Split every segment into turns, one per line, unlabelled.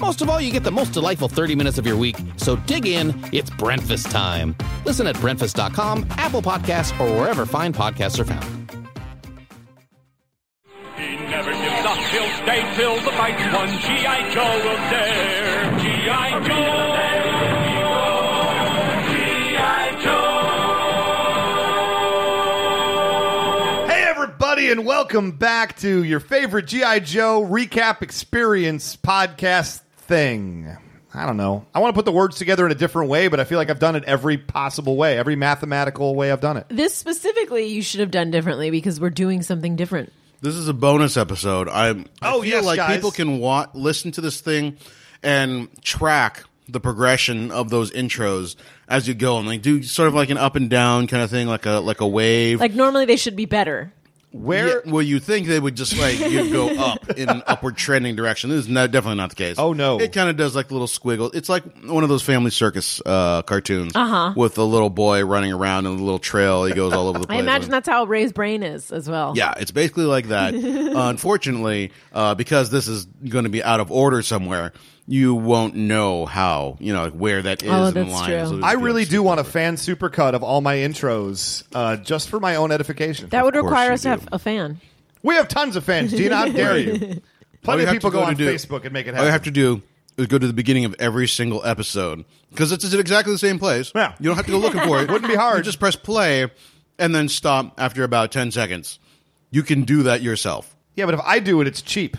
Most of all, you get the most delightful 30 minutes of your week. So dig in, it's breakfast time. Listen at breakfast.com, Apple Podcasts, or wherever fine podcasts are found.
He never gives up. He'll stay till the fight's won. G.I. Joe will dare. G.I. Joe. G.I. Joe.
Hey, everybody, and welcome back to your favorite G.I. Joe recap experience podcast thing. I don't know. I want to put the words together in a different way, but I feel like I've done it every possible way, every mathematical way I've done it.
This specifically, you should have done differently because we're doing something different.
This is a bonus episode. I'm. I
Oh,
feel
yes,
like
guys.
people can wa- listen to this thing and track the progression of those intros as you go, and they do sort of like an up and down kind of thing, like a like a wave.
Like normally they should be better.
Where?
Yeah, well, you think they would just like you go up in an upward trending direction. This is no, definitely not the case.
Oh, no.
It kind of does like little squiggle. It's like one of those family circus uh, cartoons with a little boy running around in a little trail. He goes all over the place.
Uh-huh. I imagine that's how Ray's brain is as well.
Yeah, it's basically like that. Unfortunately, uh, because this is going to be out of order somewhere, you won't know how you know where that is
Oh,
in the
that's
line.
true.
So it'll
I
be
really
like-
do want a fan supercut of all my intros uh, just for my own edification.
That would
Of course
require
you
us to
do.
have a fan.
we have tons of fans, Gina. How dare you?
All
Plenty
you
of
have
people
to
go,
to
on
do-
Facebook and make it
All
happen.
you have to do is go to the beginning of every single episode because it's exactly the same place.
Yeah.
you don't have to go looking for it.
Wouldn't be hard.
You just press play and then stop after about ten seconds. You can do that yourself.
yeah, but if I do it, it's cheap.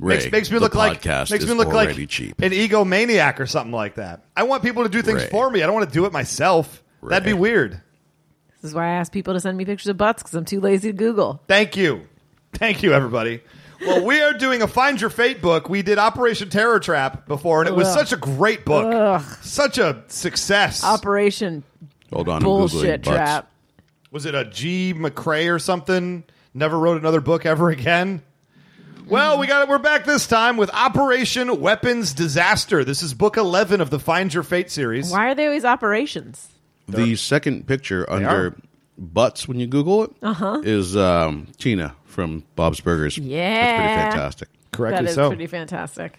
Ray,
makes, makes me
the
look like
podcast
makes
is
me look
already
like
cheap.
an egomaniac or something like that. I want people to do things
Ray.
for me. I don't want to do it myself. That'd be
Ray.
weird.
This is why I ask people to send me pictures of butts because I'm too lazy to Google.
Thank you. Thank you, everybody. Well, we are doing a Find Your Fate book. We did Operation Terror Trap before, and it was
Ugh.
such a great book.
Ugh.
Such a success.
Operation
Hold on, I'm
bullshit
Googling butts.
trap.
was it a G. McCrae or something? Never wrote another book ever again. Well, we got it. We're back this time with Operation Weapons Disaster. This is book 11 of the Find Your Fate series.
Why are they always operations?
The second picture
are.
under butts when you Google it is um, Tina from Bob's Burgers. that's pretty
Yeah.
fantastic.
Correctly
that is
so.
pretty fantastic.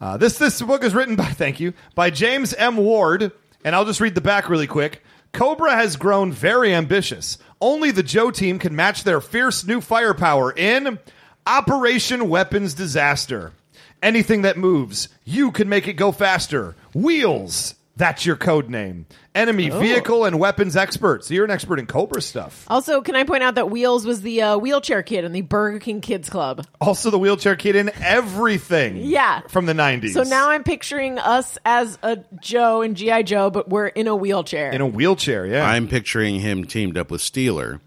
Uh, this this book is written by thank you by James M. Ward, and I'll just read the back really quick. Cobra has grown very ambitious. Only the Joe team can match their fierce new firepower in Operation Weapons Disaster. Anything that moves, you can make it go faster. Wheels, that's your code name. Enemy
Oh.
vehicle and weapons expert. So you're an expert in Cobra stuff.
Also, can I point out that Wheels was the uh, wheelchair kid in the Burger King Kids Club?
Also, the wheelchair kid in everything.
Yeah.
from the '90s.
So now I'm picturing us as a Joe and GI Joe, but we're in a wheelchair.
in a wheelchair. Yeah,
I'm picturing him teamed up with Steeler.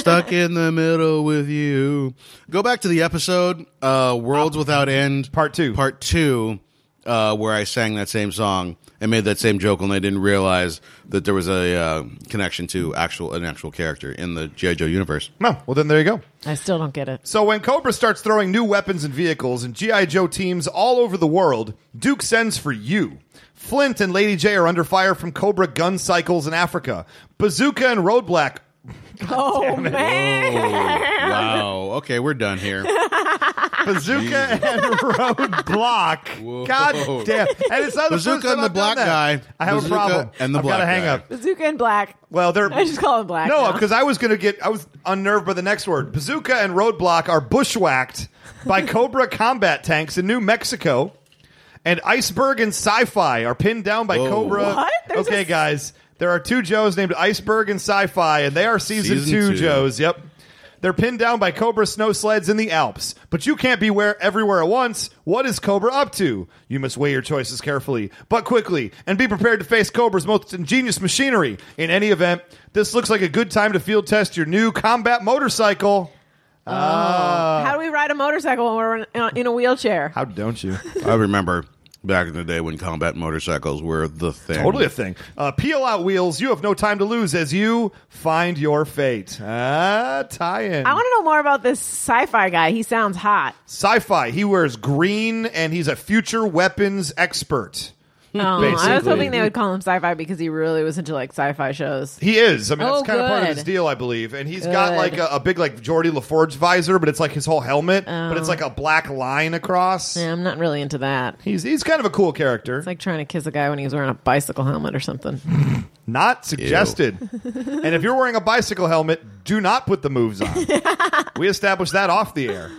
Stuck in the middle with you. Go back to the episode uh, Worlds Without End.
Part two.
Part two, uh, where I sang that same song and made that same joke, and I didn't realize that there was a uh, connection to actual an actual character in the G.I. Joe universe.
Oh, well, then there you go.
I still don't get it.
So when Cobra starts throwing new weapons and vehicles and GI Joe teams all over the world, Duke sends for you. Flint and Lady J are under fire from Cobra gun cycles in Africa. Bazooka and Roadblack.
Oh man!
wow. Okay, we're done here. Ah.
Bazooka and Roadblock. God damn. And it's not the
Bazooka
first time I've
and the
done
black
that.
guy.
I have a
Bazooka
problem.
and the
I've got
black
to hang
guy.
up.
Bazooka and Black.
Well, they're.
I just call him Black.
No,
now.
because I was going to get. I was unnerved by the next word. Bazooka and Roadblock are bushwhacked by Cobra combat tanks in New Mexico, and Iceberg and Sci Fi are pinned down by
Whoa.
Cobra.
What? There's
okay,
a-
guys. There are two Joes named Iceberg and Sci-Fi, and they are season,
Season
two,
two.
Joes. Yep. They're pinned down by Cobra snow sleds in the Alps, but you can't be where everywhere at once. What is Cobra up to? You must weigh your choices carefully, but quickly, and be prepared to face Cobra's most ingenious machinery. In any event, this looks like a good time to field test your new combat motorcycle.
How do we ride a motorcycle when we're in- in a wheelchair?
How don't you?
I remember back in the day when combat motorcycles were the thing.
Totally a thing. Uh, peel out wheels. You have no time to lose as you find your fate. Ah, tie in.
I want to know more about this sci-fi guy. He sounds hot.
Sci fi. He wears green and he's a future weapons expert.
Um, I was
Basically.
hoping they would call him sci-fi because he really was into like sci-fi shows.
He is. I mean, that's
Oh,
kind of part of
good.
his deal, I believe. And he's got
Good.
like a, a big, like, Geordie LaForge visor, but it's like his whole helmet, but it's like a black line across.
Oh. Yeah, I'm not really into that. It's
He's, he's kind of a cool character.
like trying to kiss a guy when he's wearing a bicycle helmet or something.
Hmm. Not suggested. and if you're wearing a bicycle helmet, do not put the moves on. we established that off the air.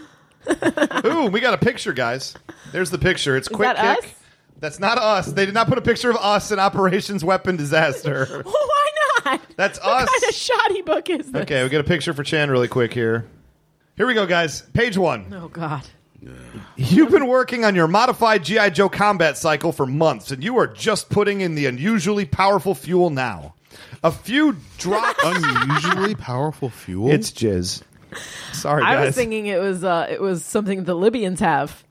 Ooh, we got a picture, guys. There's the picture. It's quick
that
kick.
us?
That's not us. They did not put a picture of us in Operations Weapon Disaster.
Why not?
That's
What
us.
kind of shoddy book is this?
Okay, we got a picture for Chan really quick here. Here we go, guys. Page one.
Oh God.
You've been working on your modified G.I. Joe combat cycle for months, and you are just putting in the unusually powerful fuel now. A few drops.
Unusually powerful fuel.
it's jizz. Sorry,
I
guys.
was thinking it was uh, it was something the Libyans have.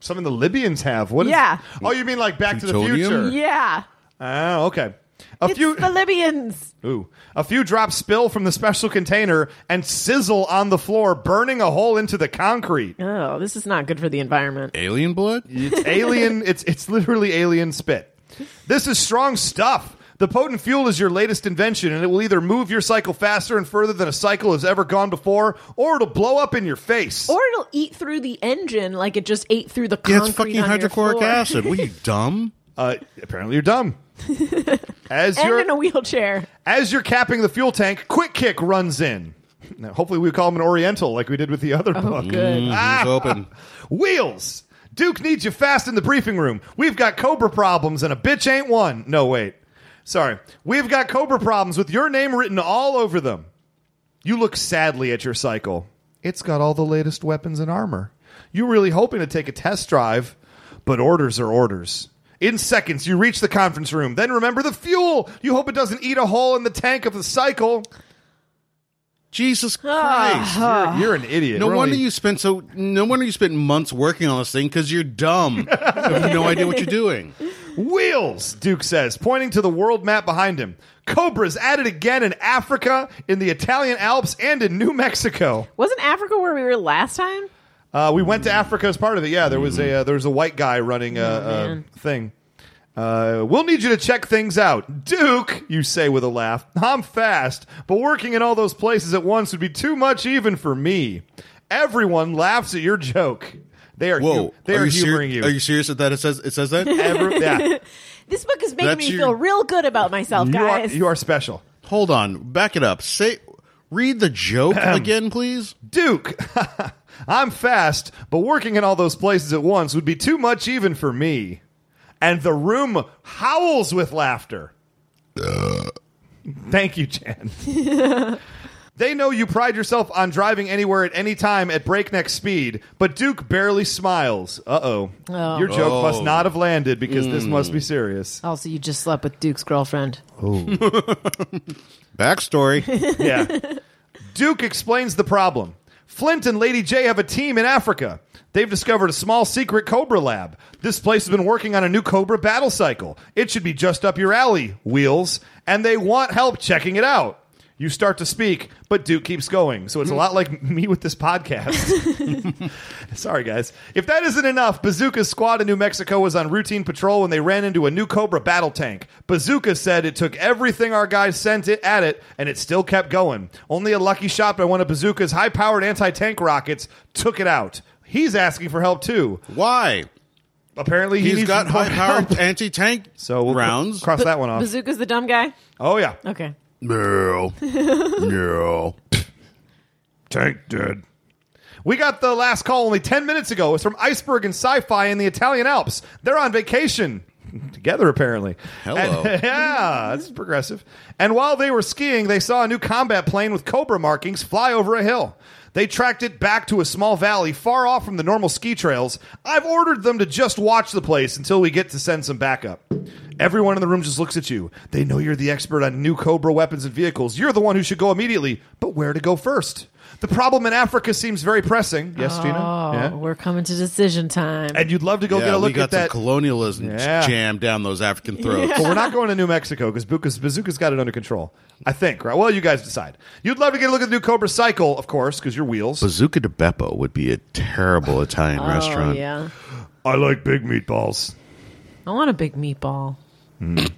Something the Libyans have. What? is-
Yeah.
oh, you mean like Back to the Future?
Plutonium?
Yeah,
Oh, okay. A
it's
few.
the Libyans.
Ooh. A few drops spill from the special container and sizzle on the floor, burning a hole into the concrete.
Oh, this is not good for the environment.
Alien blood?
It's alien. It's it's literally alien spit. This is strong stuff. The potent fuel is your latest invention, and it will either move your cycle faster and further than a cycle has ever gone before, or it'll blow up in your face.
Or it'll eat through the engine like it just ate through the
Yeah,
concrete.
it's fucking
on your
hydrochloric
floor.
acid. What are you dumb?
uh, apparently, you're dumb. As
And
you're
in a wheelchair.
as you're capping the fuel tank, Quick Kick runs in. Now, hopefully, we call him an Oriental like we did with the other
Oh,
book.
Good.
It's open.
Wheels. Duke needs you fast in the briefing room. We've got Cobra problems and a bitch ain't one. No, wait. Sorry. We've got Cobra problems with your name written all over them. You look sadly at your cycle. It's got all the latest weapons and armor. You're really hoping to take a test drive, but orders are orders. In seconds, you reach the conference room. Then remember the fuel. You hope it doesn't eat a hole in the tank of the cycle.
Ah,
Jesus
You're,
Christ.
you're an idiot.
No
We're
wonder
only-
you spent so. No wonder you spent months working on this thing because you're dumb. you have no idea what you're doing.
Wheels, Duke says, pointing to the world map behind him. Cobra's at it again in Africa, in the Italian Alps, and in New Mexico.
Wasn't Africa where we were last time?
Uh, we went to Africa as part of it. Yeah, there was a uh, there was a white guy running a, uh thing. Uh, we'll need you to check things out, Duke. You say with a laugh. I'm fast, but working in all those places at once would be too much even for me. Everyone laughs at your joke. They are
Whoa.
hu- they are,
you ser-
humoring you.
Are you serious that that it says it says that?
Every- yeah,
This book is making
That's
me
your-
feel real good about myself,
you are
guys.
you are special.
Hold on. Back it up. Say. Read the joke again, please.
Duke, I'm fast, but working in all those places at once would be too much even for me. And the room howls with laughter. Thank you, Jan. they know you pride yourself on driving anywhere at any time at breakneck speed, but Duke barely smiles. Uh oh. Your joke must not have landed because this must be serious.
also, you just slept with Duke's girlfriend.
Backstory.
Yeah. Duke explains the problem. Flint and Lady J have a team in Africa. They've discovered a small secret Cobra lab. This place has been working on a new Cobra battle cycle. It should be just up your alley, Wheels, and they want help checking it out. You start to speak, but Duke keeps going. So it's a lot like me with this podcast. Sorry, guys. If that isn't enough, Bazooka's squad in New Mexico was on routine patrol when they ran into a new Cobra battle tank. Bazooka said it took everything our guys sent it at it, and it still kept going. Only a lucky shot by one of Bazooka's high powered anti tank rockets took it out. He's asking for help too.
Why?
Apparently, he
He's
needs
got
more
high powered
help.
anti tank
So we'll
rounds.
cross that one off.
Bazooka's the dumb guy?
Oh yeah,
Okay.
No. no.
tank dead. We got the last call only ten minutes ago. It's from Iceberg and Sci-Fi in the Italian Alps. They're on vacation. together apparently.
Hello.
And- yeah, that's progressive. And while they were skiing, they saw a new combat plane with Cobra markings fly over a hill. They tracked it back to a small valley far off from the normal ski trails. I've ordered them to just watch the place until we get to send some backup. Everyone in the room just looks at you. They know you're the expert on new Cobra weapons and vehicles. You're the one who should go immediately, but where to go first? The problem in Africa seems very pressing. Yes, Gina?
Oh,
Yeah?
we're coming to decision time.
and you'd love to go
yeah,
get a
we
look
got
at
some
that.
colonialism
Yeah.
jammed down those African throats.
but we're not going to New Mexico because Bazooka's got it under control. I think, right? Well, you guys decide. You'd love to get a look at the new Cobra Cycle, of course, because your wheels.
Bazooka de Beppo would be a terrible Italian
oh
restaurant.
yeah,
I like big meatballs.
I want a big
Mm.
meatball.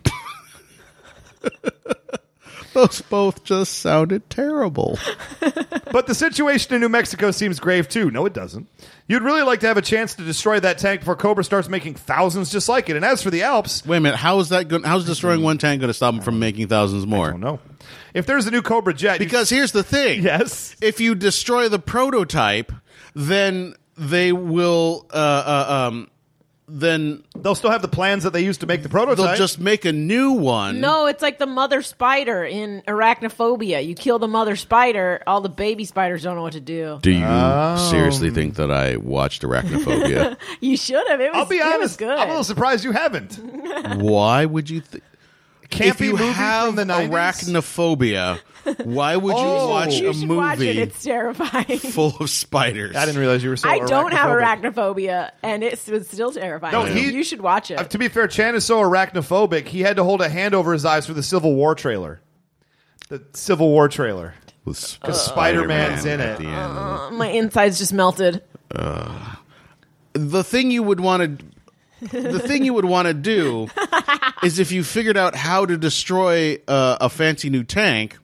Those both just sounded terrible.
But the situation in New Mexico seems grave, too. No, it doesn't. You'd really like to have a chance to destroy that tank before Cobra starts making thousands just like it. And as for the Alps,
Wait a minute. How is that? Going, how's destroying one tank going to stop them from making thousands more?
oh no. If there's a new Cobra jet, you-
Because here's the thing.
yes,
If you destroy the prototype, then they will. Uh, uh, um, then
they'll still have the plans that they used to make the prototype.
they'll just make a new one.
No, it's like the mother spider in arachnophobia. You kill the mother spider, all the baby spiders don't know what to do.
Do you seriously think that I watched Arachnophobia?
You should have. It was,
I'll be honest.
It was good.
I'm a little surprised you haven't.
Why would you? Th-
Campy
if you
movie
have
from the 90s?
arachnophobia, why would you
Oh.
watch
you
a
should
movie
watch it. It's terrifying.
full of spiders?
I didn't realize you were so
I don't have
arachnophobic.
arachnophobia, and it's, it's still terrifying.
No, he-
you should watch it.
Uh, to be fair, Chan is so arachnophobic, he had to hold a hand over his eyes for the Civil War trailer. The Civil War trailer.
with
Spider-Man's in
at
it.
The, end.
Uh, My insides just melted.
the thing you would want to. the thing you would want to do is if you figured out how to destroy uh, a fancy new tank,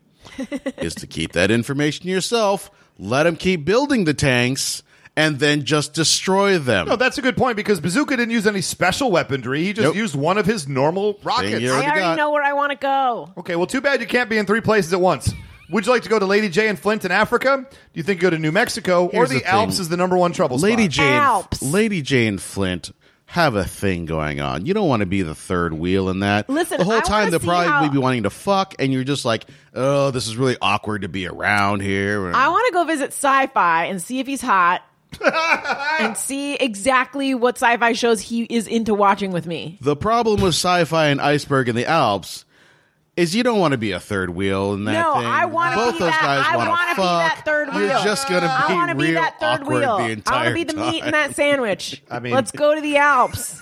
is to keep that information to yourself. Let them keep building the tanks, and then just destroy them.
No, that's a good point because Bazooka didn't use any special weaponry. He just
Nope.
used one of his normal rockets.
you
I already
got-
know where I want to go.
Okay, well, too bad you can't be in three places at once. Would you like to go to Lady J in Flint in Africa? Do you think go to New Mexico or
Here's
the,
the thing.
Alps is the number one trouble
Lady
spot?
Jane,
Alps.
Lady Jane Flint have a thing going on. You don't want to be the third wheel in that.
Listen,
the whole
I
time
wanna
they're
see
probably
how-
be wanting to fuck, and you're just like, oh, this is really awkward to be around here.
I want to go visit Sci-Fi and see if he's hot, and see exactly what Sci-Fi shows he is into watching with me.
the problem with sci-fi and iceberg in the Alps is you don't want to be a third wheel in that
No,
thing.
I wanna
Both
be
those
that-
guys
I
wanna
wanna be
fuck.
that third
You're
wheel.
just gonna be
I want to be
real
that third
awkward
wheel.
the
I
entire
want to be the
time.
meat in that sandwich.
I mean-
let's go to the Alps.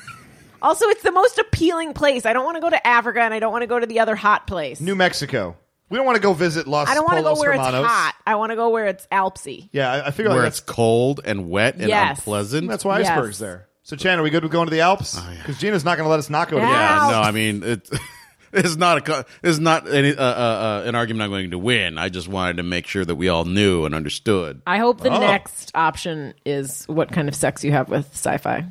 also, it's the most appealing place. I don't want to go to Africa, and I don't want to go to the other hot place.
New Mexico. We don't want to go visit Los
I don't want to go
Polos
where
Hermanos.
it's hot. I want to go where it's Alpsy.
Yeah, I, I figure
where
like
it's
that's,
cold and wet and
Yes.
unpleasant.
that's why
Yes.
icebergs there. So, Chan, are we good with going to the Alps?
Oh,
Because Gina's not going to let us not go to the
Yeah.
Alps.
Yeah,
Ouch.
no, I mean it. It's not a. co- It's not any, uh, uh, uh, an argument I'm going to win. I just wanted to make sure that we all knew and understood.
I hope the
Oh.
next option is what kind of sex you have with sci-fi.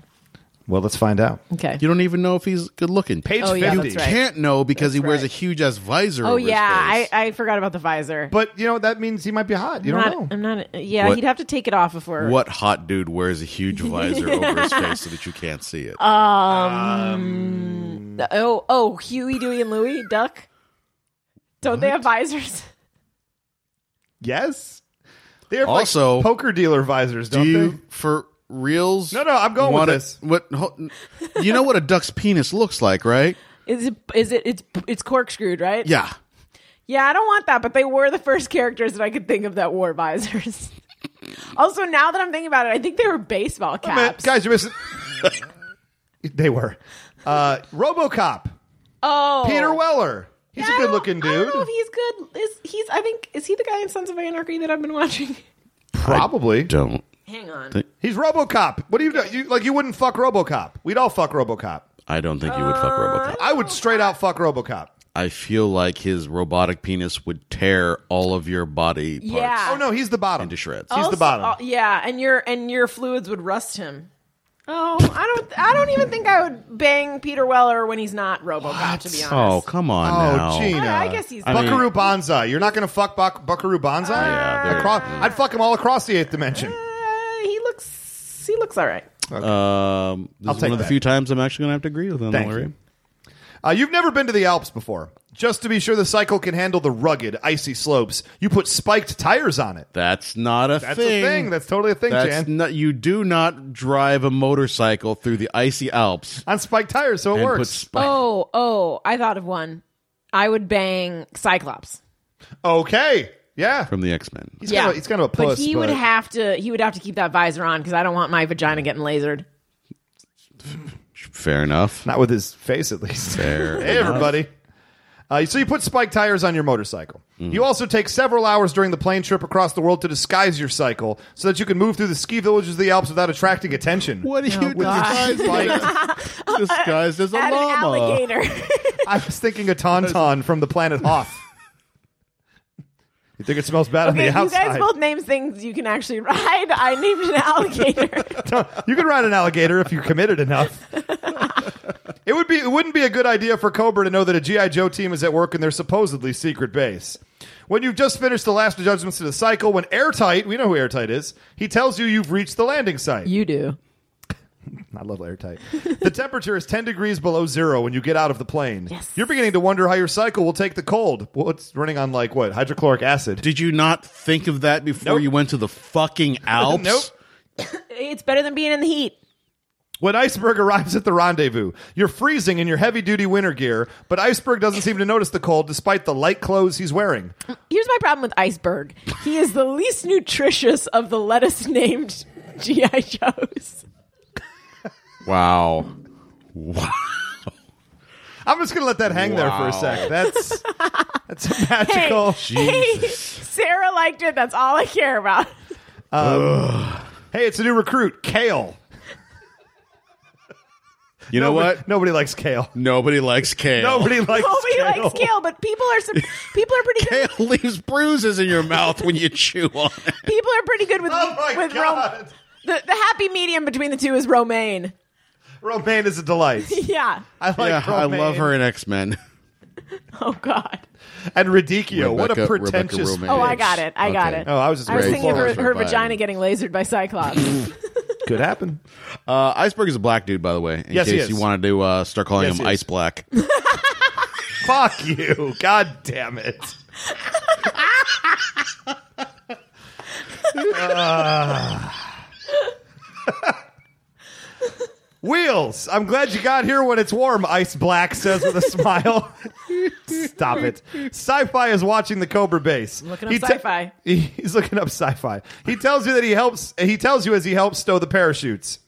Well, let's find out.
Okay.
You don't even know if he's good looking.
Page
Oh, yeah,
50.
that's right.
can't know because he wears
right.
a huge ass visor.
oh
over his
yeah, I,
face.
I forgot about the visor.
But you know that means he might be hot. You
not,
don't know.
I'm not. Yeah,
What-
he'd have to take it off before.
what hot dude wears a huge visor over his face so that you can't see it?
Oh, oh, Huey, Dewey, and Louie, Duck. Don't they have visors?
yes. They have
Also-
like poker dealer visors,
Do
don't
Um,
you for reals?
No, no, I'm going with
wanna-
this.
What ho- you know what a duck's penis looks like, right?
Is it? Is it? It's it's corkscrewed, right?
Yeah.
Yeah, I don't want that. But they were the first characters that I could think of that wore visors. also, now that I'm thinking about it, I think they were baseball
they? Man,
caps.
guys, you're missing. they were. Uh, RoboCop.
oh,
Peter Weller. He's
Yeah, I
a
don't-
good-looking
I
dude.
don't know if he's good. Is he's? I think is he the guy in Sons of Anarchy that I've been watching?
Probably.
Don't.
Hang on.
He's RoboCop. What do you do? You, like you wouldn't fuck RoboCop. We'd all fuck RoboCop.
I don't think you would fuck RoboCop.
I would straight out fuck RoboCop.
I feel like his robotic penis would tear all of your body parts
Yeah.
Oh no, he's the bottom.
into shreds.
He's
Ah. Also-
the bottom.
oh, yeah, and your and your fluids would rust him. Oh, I don't. I don't even think I would bang Peter Weller when he's not RoboCop. To be
Oh,
honest.
come on now.
Oh, Gina.
I- I guess he's- I
mean-
Buckaroo Banzai. You're not going to fuck Buck- Buckaroo Banzai?
Yeah, they're-
Across- I'd fuck him all across the eighth dimension.
Uh, he looks. He looks all right.
Um, this
I'll
is
take
Um, one of the
that.
few times I'm actually going to have to agree with him.
Thank
Larry.
you. Uh, you've never been to the Alps before. Just to be sure the cycle can handle the rugged, icy slopes, you put spiked tires on it.
That's not a
That's
thing.
a thing. That's totally a thing,
That's
Jan.
not- you do not drive a motorcycle through the icy Alps
on spiked tires, so it
and put
works.
spi-
Oh, oh, I thought of one. I would bang Cyclops.
okay. Yeah.
from the X Men.
He's, kind of, he's kind of a puss.
But he would have to he would have to keep that visor on because I don't want my vagina getting lasered.
Fair enough.
Not with his face, at least.
Fair
hey,
enough.
everybody. Uh, so you put spike tires on your motorcycle. You also take several hours during the plane trip across the world to disguise your cycle so that you can move through the ski villages of the Alps without attracting attention.
What are you
God.
disguised as? disguised as a
At an
llama?
alligator.
I was thinking a tauntaun from the planet Hoth. you think it smells bad
okay,
on
you
the outside?
guys both name things you can actually ride. I named an alligator.
you can ride an alligator if you're committed enough. it would be it wouldn't be a good idea for Cobra to know that a GI Joe team is at work in their supposedly secret base. When you've just finished the last adjustments to the cycle, when Airtight, we know who Airtight is, he tells you you've reached the landing site.
you do.
I love Airtight. the temperature is 10 degrees below zero when you get out of the plane. You're beginning to wonder how your cycle will take the cold. Well, it's running on like what? Hydrochloric acid.
Did you not think of that before
Nope.
you went to the fucking Alps?
Nope.
It's better than being in the heat.
When Iceberg arrives at the rendezvous, you're freezing in your heavy duty winter gear, but Iceberg doesn't seem to notice the cold despite the light clothes he's wearing.
Here's my problem with Iceberg. He is the least nutritious of the lettuce named GI Joes.
Wow. Wow.
I'm just going to let that hang there for a
Wow.
sec. That's that's a magical. Hey.
Hey, Sarah liked it. That's all I care about.
it's a new recruit, Kale.
You know
Nobody-
what?
Nobody likes Kale.
Nobody likes kale.
Nobody likes
Nobody
Kale.
likes kale, but people are some, people are pretty good.
Kale leaves bruises in your mouth when you chew on it.
People are pretty good with
Oh my
with
God.
Rom- the the happy medium between the two is romaine.
Romaine is a delight.
Yeah.
I like
yeah, I
romaine.
love her in X Men.
Oh God.
And Radicchio. what a
Rebecca-
pretentious.
Rebecca
Oh,
Romaine.
I got it. I got
Okay.
it.
Oh, I was just
I was
very
thinking of her,
forward.
her
Fine.
vagina getting lasered by Cyclops.
Could happen.
Uh, Iceberg is a black dude, by the way. In
Yes, he
case
is.
you wanted to uh, start calling
Yes,
him
he is.
Ice Black.
Fuck you. God damn it. Ah. Wheels, I'm glad you got here when it's warm, Ice Black says with a smile. Stop it. Sci fi is watching the Cobra base.
Looking up
te-
sci-fi.
he's looking up sci fi. He tells you that he helps, he tells you as he helps stow the parachutes.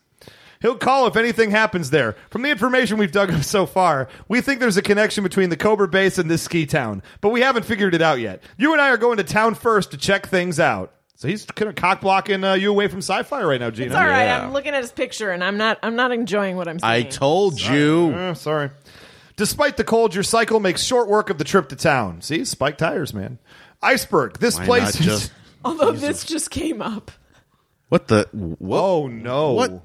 He'll call if anything happens there. From the information we've dug up so far, we think there's a connection between the Cobra base and this ski town, but we haven't figured it out yet. You and I are going to town first to check things out. So he's kind of cock blocking uh, you away from sci fi right now, Gina.
It's all right.
Oh, Yeah.
I'm looking at his picture and I'm not I'm not enjoying what I'm seeing.
I told you.
Oh, sorry. Despite the cold, your cycle makes short work of the trip to town. See, spike tires, man. Iceberg, this
Why
place
not
is.
just
Although this just came up.
what the? Whoa.
Oh no!
What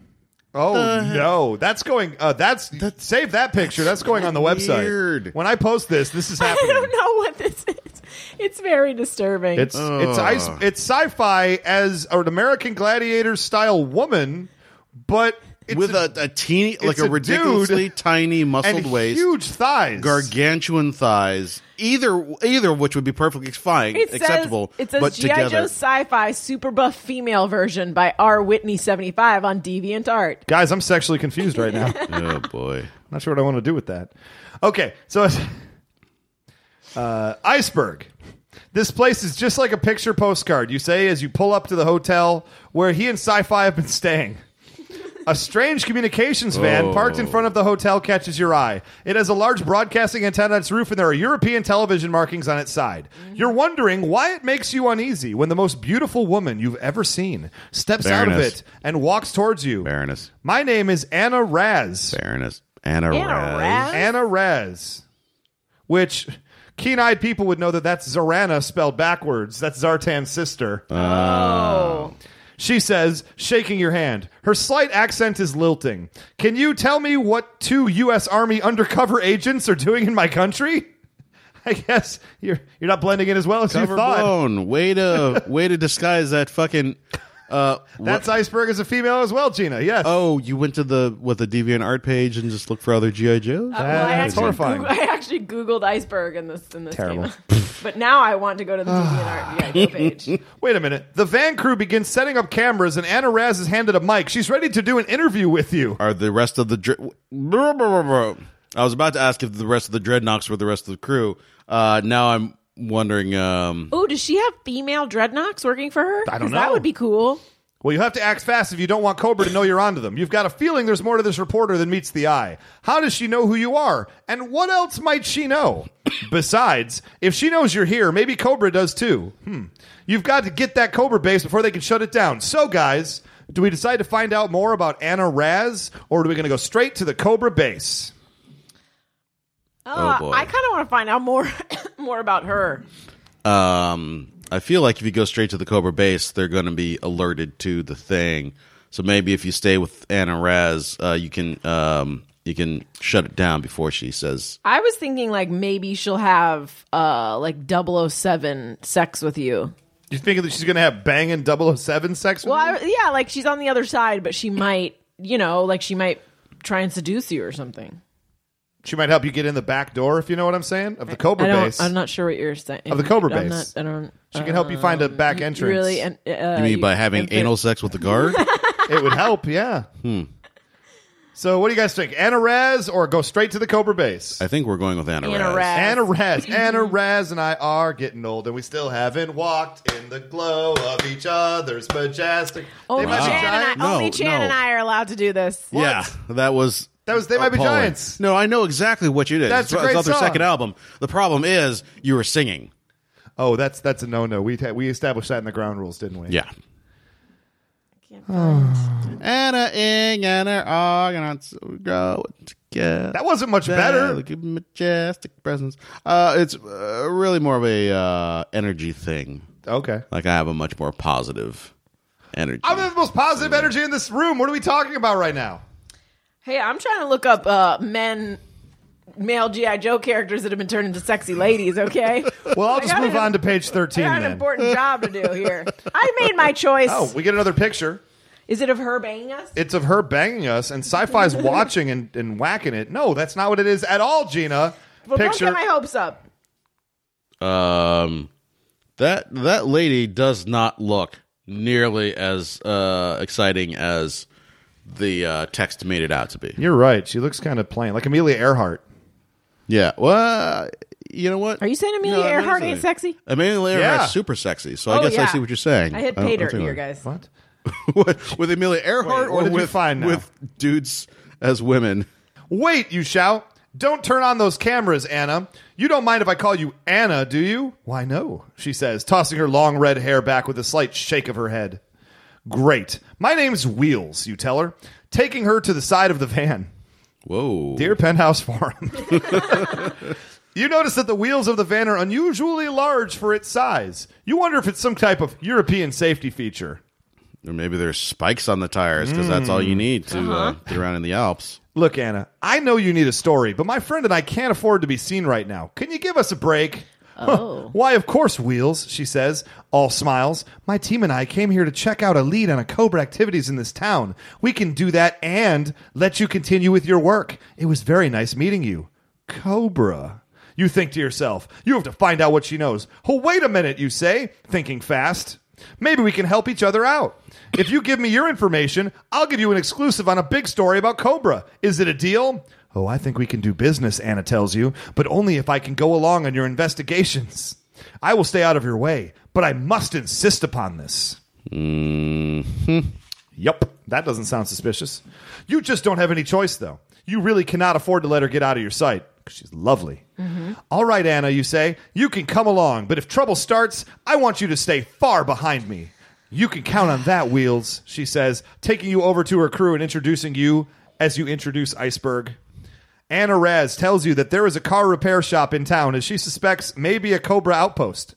Oh no! That's going. Uh, that's save that picture. That's, going on the website.
weird.
When I post this, this is
I
happening.
don't know what this is. It's very disturbing.
It's it's ice, it's sci-fi as an American Gladiator style woman, but it's
With a, a teeny, like
it's
a,
a
ridiculously
dude
tiny
and
muscled waist,
huge thighs.
gargantuan thighs. Either, either of which would be perfectly fine,
It
acceptable.
Says, it says
but
GI
together,
Joe Sci-Fi Super Buff Female Version by R. Whitney seventy five on DeviantArt.
Guys, I'm sexually confused right now.
oh boy.
Not sure what I want to do with that. Okay, so uh, iceberg. This place is just like a picture postcard. You say as you pull up to the hotel where he and Sci-Fi have been staying. A strange communications van parked in front of the hotel catches your eye. It has a large broadcasting antenna on its roof, and there are European television markings on its side. You're wondering why it makes you uneasy when the most beautiful woman you've ever seen steps out of
Baroness.
it and walks towards you.
Baroness,
My name is Anna Raz.
Baroness, Anna,
Anna
Raz.
Raz?
Anna Rez, which keen eyed people would know that that's Zarana spelled backwards. That's Zartan's sister.
Ah.
Oh.
She says, shaking your hand. Her slight accent is lilting. Can you tell me what two U.S. Army undercover agents are doing in my country? I guess you're you're not blending in as well as you
Cover
thought.
blown. Way to way to disguise that fucking uh, Uh,
That's Iceberg is a female as well, Gina. Yes.
Oh, you went to the what the deviant art page and just looked for other GI
Well,
Joes.
I
That's
actually
horrifying.
Goog- I actually Googled iceberg in this in this
Terrible.
game. but now I want to go to the DeviantArt VIP page.
Wait a minute. The van crew begins setting up cameras, and Anna Raz is handed a mic. She's ready to do an interview with you.
Are the rest of the dre- I was about to ask if the rest of the dreadnoughts were the rest of the crew. Uh, now I'm wondering. Um,
Oh, does she have female dreadnoughts working for her?
I don't
'Cause That
know.
would be cool.
Well, you have to act fast if you don't want Cobra to know you're onto them. You've got a feeling there's more to this reporter than meets the eye. How does she know who you are? And what else might she know? Besides, if she knows you're here, maybe Cobra does too. Hmm. You've got to get that Cobra base before they can shut it down. So, guys, do we decide to find out more about Anna Raz, or are we going to go straight to the Cobra base?
Uh,
Oh, boy.
I kind of want to find out more more about her.
um, I feel like if you go straight to the Cobra base, they're going to be alerted to the thing. So maybe if you stay with Anna Raz, uh, you can um, you can shut it down before she says.
I was thinking like maybe she'll have uh like 007 sex with you.
You thinking that she's going to have banging 007 sex with
Well,
you?
I, yeah, like she's on the other side, but she might, you know, like she might try and seduce you or something.
She might help you get in the back door, if you know what I'm saying, of the
I
Cobra
don't.
base.
I'm not sure what you're saying.
Of the Cobra
I'm
base.
not- I don't.
She can help you find a back entrance.
Really? And, uh,
You mean by having
and-
anal sex with the guard?
it would help, yeah. Hmm. So, what do you guys think? Anna Raz or go straight to the Cobra base?
I think we're going with Anna,
Anna
Raz.
Raz.
Anna Raz. Anna Raz and I are getting old, and we still haven't walked in the glow of each other's majestic.
Only
they might be
Chan,
giant.
Oh, and I,
No,
only Chan
no.
and I are allowed to do this.
Yeah, that was
That was They Might Be
appalling.
Giants.
No, I know exactly what you did.
That's
it's,
a great
it's off their
song.
second album. The problem is you were singing.
Oh, that's that's a no no. We ta- we established that in the ground rules, didn't we?
Yeah.
can't
Anna Ing and her Argonauts go together.
That wasn't much better.
Look at majestic presence. Uh, it's uh, really more of a uh, energy thing.
Okay.
Like I have a much more positive energy.
I'm the most positive energy in this room. What are we talking about right now?
Hey, I'm trying to look up uh, men, male GI Joe characters that have been turned into sexy ladies. Okay,
Well, I'll
I
just
got
move
an-
on to page 13
I got an
then.
important job to do here. I made my choice.
Oh, we get another picture.
Is it of her banging us?
It's of her banging us, and sci-fi's watching and, and whacking it. No, that's not what it is at all, Gina.
well,
picture.
don't get my hopes up.
um, that that lady does not look nearly as uh, exciting as the uh, text made it out to be.
You're right. She looks kind of plain, like Amelia Earhart.
Yeah. Well, you know what?
Are you saying Amelia Earhart ain't sexy?
Amelia
Yeah.
Earhart's super sexy, so I
Oh,
guess I
yeah.
see what you're saying. Oh,
I hit
don't-
pay
I don't
dirt
think
here,
I-
guys.
What?
with, with Amelia Earhart
Wait, what
or
did you
with,
find now?
with dudes as women?
Wait, you shout! Don't turn on those cameras, Anna. You don't mind if I call you Anna, do you? Why, no, she says, tossing her long red hair back with a slight shake of her head. Great. My name's Wheels, you tell her, taking her to the side of the van.
Whoa.
Dear Penthouse Forum, you notice that the wheels of the van are unusually large for its size. You wonder if it's some type of European safety feature.
Or maybe there's spikes on the tires because that's all you need to uh
Uh-huh.
get around in the Alps.
Look, Anna, I know you need a story, but my friend and I can't afford to be seen right now. Can you give us a break?
Oh.
Why, of course, Wheels, she says, all smiles. My team and I came here to check out a lead on a Cobra activities in this town. We can do that and let you continue with your work. It was very nice meeting you. Cobra. You think to yourself, you have to find out what she knows. Oh, wait a minute, you say, thinking fast. Maybe we can help each other out. If you give me your information, I'll give you an exclusive on a big story about Cobra. Is it a deal? Oh, I think we can do business, Anna tells you, but only if I can go along on your investigations. I will stay out of your way, but I must insist upon this. Yep, that doesn't sound suspicious. You just don't have any choice, though. You really cannot afford to let her get out of your sight because she's lovely. "All right, Anna, you say, you can come along, but if trouble starts, I want you to stay far behind me. You can count on that, Wheels, she says, taking you over to her crew and introducing you as you introduce Iceberg. Anna Raz tells you that there is a car repair shop in town, as she suspects maybe a Cobra outpost.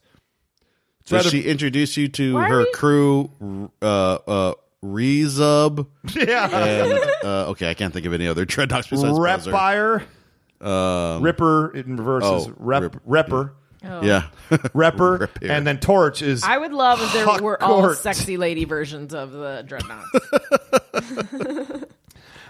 Does
rather-
she introduce you to
Why are
her
we-
crew, r- uh, uh, Rezub?
Yeah.
And, uh, okay, I can't think of any other dreadnoughts besides Bowser.
Repire. Ripper in reverse is
oh,
rep,
Ripper,
Repper.
Oh.
Yeah.
Repper,
Repair.
and then Torch is.
I would love if there
Hot
were all
court.
sexy lady versions of the dreadnoughts.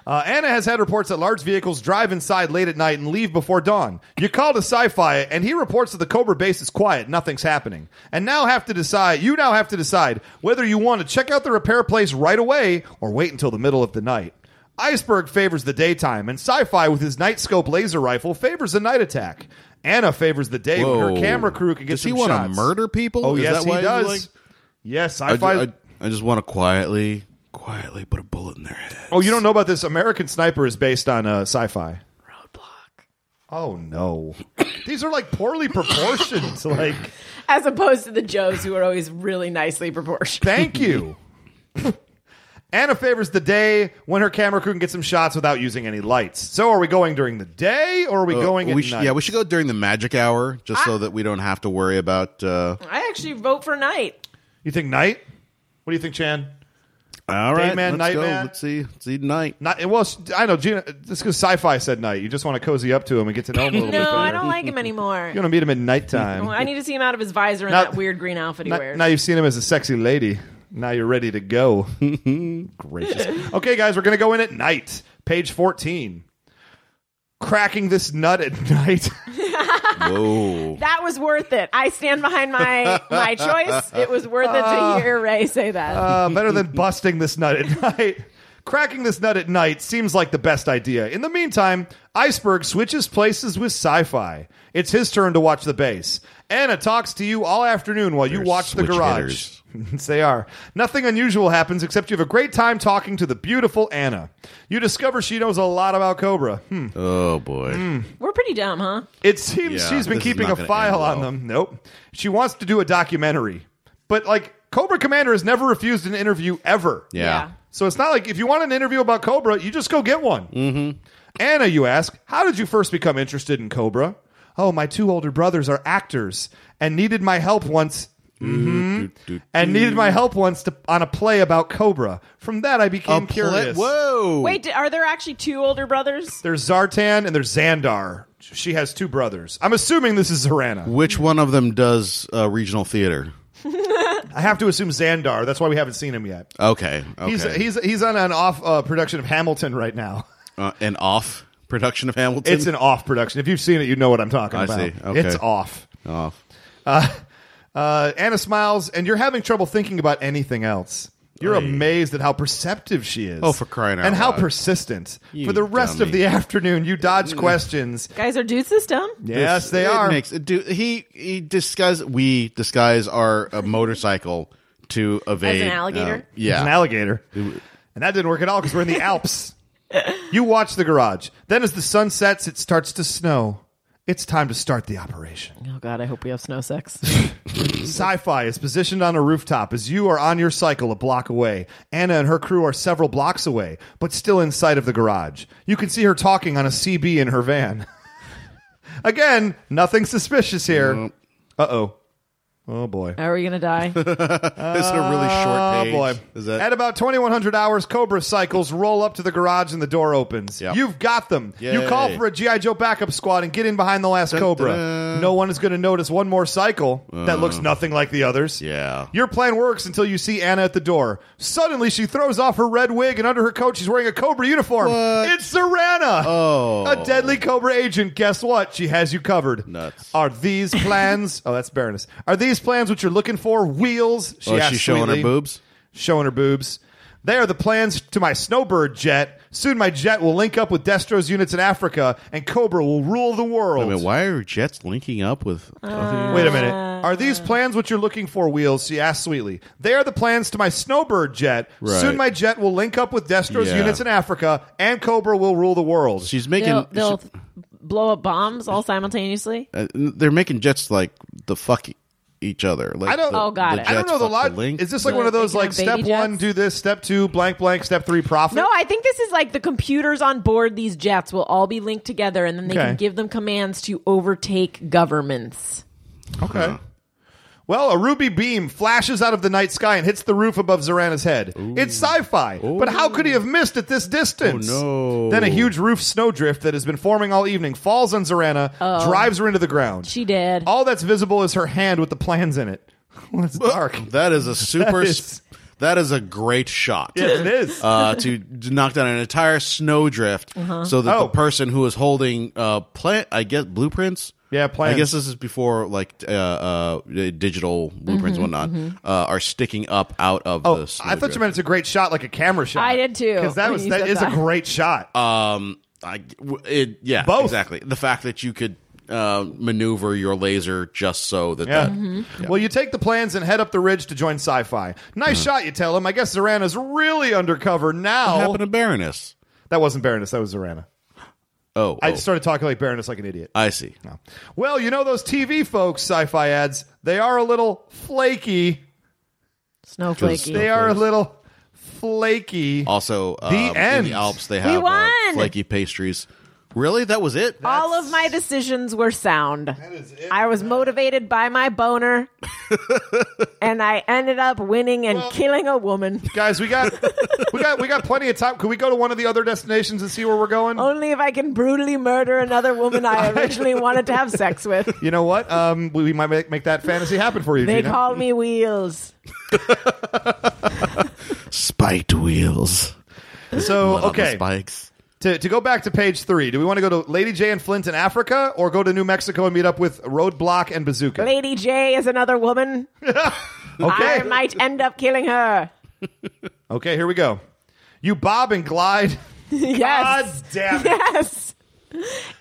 Uh, Anna has had reports that large vehicles drive inside late at night and leave before dawn. You call to sci-fi, and he reports that the Cobra base is quiet, nothing's happening, and now have to decide. You now have to decide whether you want to check out the repair place right away or wait until the middle of the night. Iceberg favors the daytime, and sci-fi with his night scope laser rifle favors a night attack. Anna favors the day when her
Whoa.
camera crew can get
Does he
some
wanna
shots.
murder people?
Oh
Is
yes,
that
he
why he's
does.
like-
yes,
I, ju-
sci-fi.
I- I just want to quietly, quietly put a bullet in their head.
oh, you don't know about this? American Sniper is based on uh, sci-fi.
Roadblock.
Oh no. These are like poorly proportioned. like
As opposed to the Joes who are always really nicely proportioned.
thank you. Anna favors the day when her camera crew can get some shots without using any lights. So are we going during the day or are we going at
Uh, we sh-
night?
yeah, we should go during the magic hour just
Ah.
so that we don't have to worry about. Uh,
I actually vote for night.
you think night? What do you think, Chan?
all right,
man,
let's
night
go.
man.
Let's see. Let's see night.
Not well. sh- I know Gina. Just because sci-fi said night, you just want to cozy up to him and get to know him a little bit.
No,
better.
I don't like him anymore.
You want to meet him at nighttime.
Well, I need to see him out of his visor and
Now-
that weird green outfit he
Now-
wears.
Now you've seen him as a sexy lady. Now you're ready to go. Gracious. Okay, guys, we're going to go in at night. Page 14. Cracking this nut at night.
Whoa.
that was worth it. I stand behind my my choice. It was worth it to hear Ray say that.
Uh, better than busting this nut at night. Cracking this nut at night seems like the best idea. In the meantime, Iceberg switches places with sci fi. It's his turn to watch the base. Anna talks to you all afternoon while you
They're
watch the
switch
garage.
hitters.
Yes, they are. Nothing unusual happens except you have a great time talking to the beautiful Anna. You discover she knows a lot about Cobra. Hmm.
Oh boy.
We're pretty dumb, huh?
It seems
Yeah,
she's been
this is
keeping
not
a
gonna
file
end well.
on them. Nope. She wants to do a documentary. But, like, Cobra Commander has never refused an interview ever.
Yeah.
So it's not like if you want an interview about Cobra, you just go get one. Mm-hmm. Anna, you ask, how did you first become interested in Cobra? Oh, my two older brothers are actors and needed my help once mm-hmm,
Do- do-
and needed my help once to, on a play about Cobra. From that, I became
Pla-
curious.
Whoa.
Wait, d- are there actually two older brothers?
There's Zartan and there's Xandar. She has two brothers. I'm assuming this is Zorana.
Which one of them does uh, regional theater?
I have to assume Xandar. That's why we haven't seen him yet.
Okay. Okay.
He's he's he's on an off uh, production of Hamilton right now.
uh, an off production of Hamilton.
It's an off production. If you've seen it, you know what I'm talking
I
about.
see. Okay.
It's off.
off.
Uh, uh, Anna smiles, and you're having trouble thinking about anything else. You're
Oy.
amazed at how perceptive she is.
Oh, for crying out
And how
loud.
persistent.
You
for the rest of
dummy.
the afternoon, you dodge questions.
Guys, are dudes this dumb?
Yes, they
it
are.
Makes, do, he he disguise we disguise our uh, motorcycle to evade
alligator?
um, yeah,
It's an alligator. And that didn't work at all because we're in the Alps. You watch the garage. Then, as the sun sets, it starts to snow. It's time to start the operation.
Oh God, I hope we have snow sex.
Sci fi is positioned on a rooftop as you are on your cycle a block away. Anna and her crew are several blocks away, but still in sight of the garage. You can see her talking on a CB in her van. Again, nothing suspicious here. Uh oh. Oh boy.
are we gonna die?
It's a really short
Oh,
page.
Boy.
Is that
At about 2100 hours, Cobra cycles roll up to the garage and the door opens.
Yep.
You've got them. You
Yay.
call for a G.I. Joe backup squad and get in behind the last Cobra.
dun.
No one is going to notice one more cycle that looks nothing like the others.
Uh. yeah?
Your plan works until you see Anna at the door. Suddenly, she throws off her red wig, and under her coat, she's wearing a Cobra uniform. It's Serana! Oh. A deadly Cobra agent. Guess what? She has you covered.
Nuts.
Are these plans... oh, that's Baroness. Are these plans what you're looking for? Wheels? She
oh,
asks
she's showing
sweetly
her boobs.
showing her boobs. They are the plans to my snowbird jet. Soon my jet will link up with Destro's units in Africa, and Cobra will rule the world.
I mean, why are jets linking up with?
Uh,
other-
Wait a minute. Are these plans what you're looking for, Wheels? She asked sweetly. They are the plans to my snowbird jet.
Right.
Soon my jet will link up with Destro's
Yeah.
units in Africa, and Cobra will rule the world.
She's making.
they'll they'll blow up bombs all simultaneously.
uh, they're making jets like the fuck e- each other. Like
I don't-
the-
Oh, got
the
it.
I don't
jets
know the
fuck
lot.
link.
Is this like
The-
one of those
they can
like
have
step
baby
one,
jets?
do this, step two, blank, blank, step three, profit?
No, I think this is like the computers on board these jets will all be linked together, and then they
Okay.
can give them commands to overtake governments.
Okay. Well, a ruby beam flashes out of the night sky and hits the roof above Zorana's head. It's sci-fi, but how could he have missed at this distance?
Oh, no.
Then a huge roof snowdrift that has been forming all evening falls on Zorana, drives her into the ground.
Oh. She did.
all that's visible is her hand with the plans in it. well, it's dark.
That is a super.
That is-
s- that is a great shot.
yes, it is.
uh, to, to knock down an entire snowdrift so that
Oh.
the person who is holding uh plant I guess blueprints
Yeah, plans.
I guess this is before like uh, uh, digital blueprints and whatnot uh, are sticking up out of
oh,
the.
I thought
snowdrift.
you meant it's a great shot, like a camera shot.
I did too,
Because that
when
was
you
that
said
is
that.
a great shot.
Um, I w- it, yeah,
Both.
exactly. The fact that you could uh, maneuver your laser just so that
Yeah.
that
Mm-hmm.
Well, you take the plans and head up the ridge to join Sci-Fi.
Mm-hmm.
Nice shot, you tell him. I guess Zorana's really undercover now.
happened to Baroness.
that wasn't Baroness. That was Zorana.
Oh,
I
oh,
started talking like Baroness, like an idiot.
I see.
No. Well, you know those TV folks, Sci-Fi ads. They are a little flaky.
Snowflakey.
They are a little flaky.
Also, um, in
end.
the Alps they have uh,
won!
flaky pastries. Really, that was it.
All of my decisions were sound. I was motivated by my boner, and I ended up winning and killing a woman.
Guys, we got we got we got plenty of time. Could we go to one of the other destinations and see where we're going?
Only if I can brutally murder another woman I originally wanted to have sex with.
You know what? Um, we, we might make, make that fantasy happen for you.
They
Gina.
call me Wheels.
Spiked wheels.
so
Love
okay.
Spikes.
To, to go back to page three, do we want to go to Lady J and Flint in Africa or go to New Mexico and meet up with Roadblock and Bazooka?
Lady J is another woman. I
okay.
might end up killing her.
Okay, here we go. You bob and glide. God
Yes.
damn it.
Yes.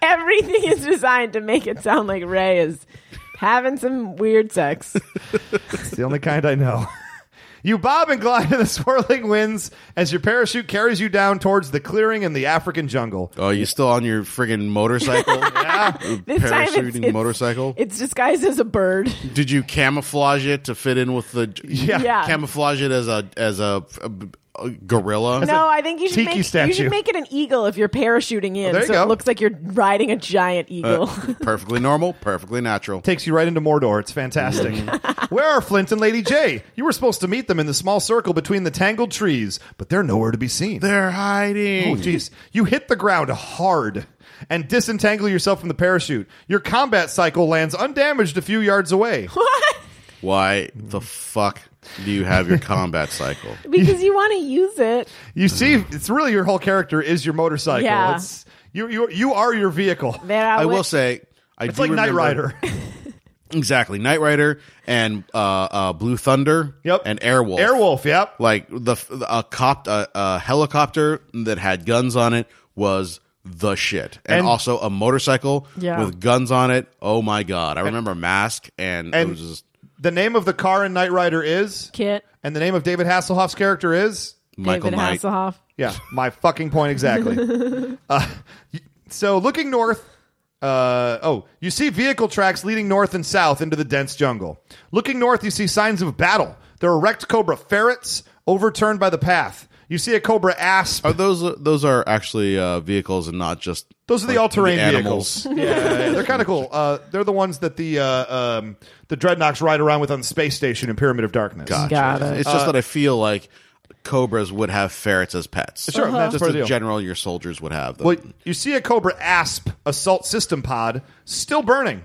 Everything is designed to make it sound like Ray is having some weird sex.
It's the only kind I know. You bob and glide in the swirling winds as your parachute carries you down towards the clearing in the African jungle.
Oh, you still on your friggin' motorcycle?
This time it's-
Parachuting
it's-
motorcycle?
It's disguised as a bird.
Did you camouflage it to fit in with the?
Yeah.
Yeah.
Camouflage it as a as a, a, a gorilla.
No, I think you should
tiki
make you
statue.
should make it an eagle if you're parachuting in,
there you
so
go.
it looks like you're riding a giant eagle.
perfectly normal. Perfectly natural.
Takes you right into Mordor. It's fantastic. Where are Flint and Lady J? You were supposed to meet them in the small circle between the tangled trees, but they're nowhere to be seen.
They're
Oh,
hiding.
jeez. You hit the ground hard and disentangle yourself from the parachute. Your combat cycle lands undamaged a few yards away.
Why the fuck do you have your combat cycle?
because you want to use it.
You see, it's really your whole character is your motorcycle.
Yeah.
It's, you, you, you are your vehicle.
There are
I
wi-
will say, I
It's
do
like Knight
remember-
Rider.
Exactly, Knight Rider and uh, uh, Blue Thunder.
Yep.
and Airwolf.
Airwolf, yep.
like the f- a cop a, a helicopter that had guns on it was the shit and,
And-
also a motorcycle
Yeah.
with guns on it oh my god i remember mask and, it
and-
was just
The name of the car in Knight Rider is,
Kit,
and the name of David Hasselhoff's character is,
michael
David
knight
Hasselhoff.
yeah, my fucking point exactly. uh, y- so looking north, uh, oh, you see vehicle tracks leading north and south into the dense jungle. Looking north, you see signs of battle. There are wrecked cobra ferrets overturned by the path. You see a cobra asp.
are those those are actually uh, vehicles and not just
Those are the
like,
all-terrain
animals.
vehicles. yeah, yeah, they're kind of cool. Uh, they're the ones that the uh, um, the dreadnoughts ride around with on the space station in Pyramid of Darkness.
Gotcha.
Got it.
it's just
Uh,
that i feel like cobras would have ferrets as pets
Sure, Uh-huh. that's
just
part of the
in
deal.
general your soldiers would have them
Well, you see a Cobra Asp assault system pod still burning.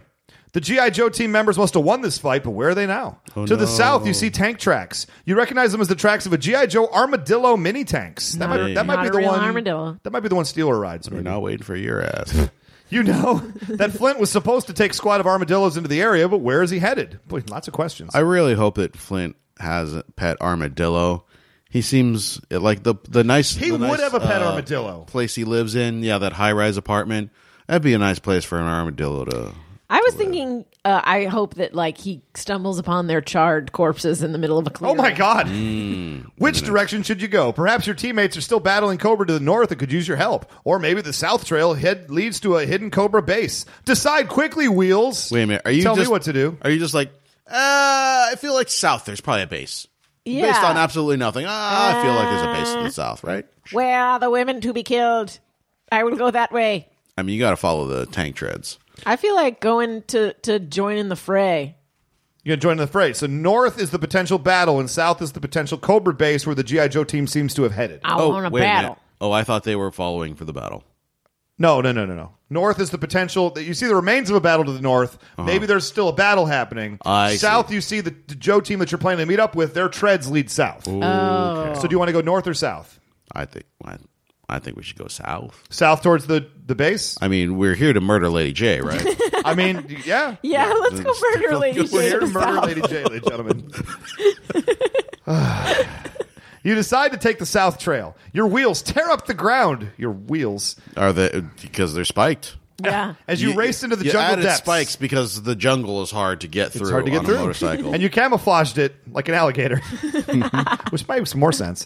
The GI Joe team members must have won this fight, but where are they now? to the south, you see tank tracks. You recognize them as the tracks of a GI Joe armadillo mini tanks. That might, that might
Not
be
a
the
real
one.
armadillo.
That might be the one Steeler rides.
you're
Maybe.
not waiting for your ass
You know that Flint was supposed to take squad of armadillos into the area, but where is he headed? Boy, lots of questions.
I really hope that Flint has a pet armadillo. He seems eh, like the the nice.
He
the
would
nice,
have a pet
uh,
armadillo.
Place he lives in, yeah, that high rise apartment. That'd be a nice place for an armadillo to.
I was thinking. Uh, I hope that like he stumbles upon their charred corpses in the middle of a
Oh
clearing.
my God!
Mm.
Which direction should you go? Perhaps your teammates are still battling Cobra to the north and could use your help, or maybe the South Trail head leads to a hidden Cobra base. Decide quickly, wheels.
Wait a minute, are you
tell
just,
me what to do?
Are you just like? Uh, I feel like south. There's probably a base
Yeah. Uh.
based on absolutely nothing. Ah, I feel like there's a base in the south, right?
Where are the women to be killed? I will go that way.
I mean, you got to follow the tank treads.
I feel like going to to join in the fray.
You're going to join the fray. So north is the potential battle, and south is the potential Cobra base where the GI Joe team seems to have headed.
I want a
Oh, wait minute.
battle.
Oh, I thought they were following for the battle.
No, no, no, no, no. North is the potential that you see the remains of a battle to the north. Maybe there's still a battle happening.
Uh-huh. I see.
south, you see the, the Joe team that you're planning to meet up with. Their treads lead south. So do you want to go north or south?
I think I, I think we should go south.
South towards the the base.
I mean, we're here to murder Lady J, right?
I mean, yeah.
Yeah, let's go murder Lady
We're here to
Jane
murder
South.
Lady J, ladies and gentlemen. you decide to take the south trail. Your wheels tear up the ground. Your wheels
Are they because they're spiked?
Yeah.
as you, race into the
you
jungle
added
depths.
spikes because the jungle is hard to get through.
It's hard to get
on
through.
a motorcycle.
and you camouflaged it like an alligator, which makes more sense.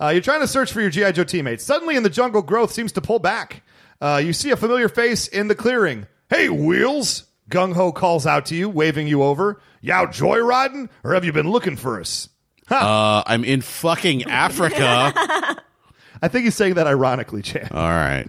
Uh, you're trying to search for your GI Joe teammates. Suddenly, in the jungle, growth seems to pull back. Uh, you see a familiar face in the clearing. Hey, wheels! Gung Ho calls out to you, waving you over. You out joyriding, or have you been looking for us?
uh, I'm in fucking Africa.
I think he's saying that ironically, Chan.
All right.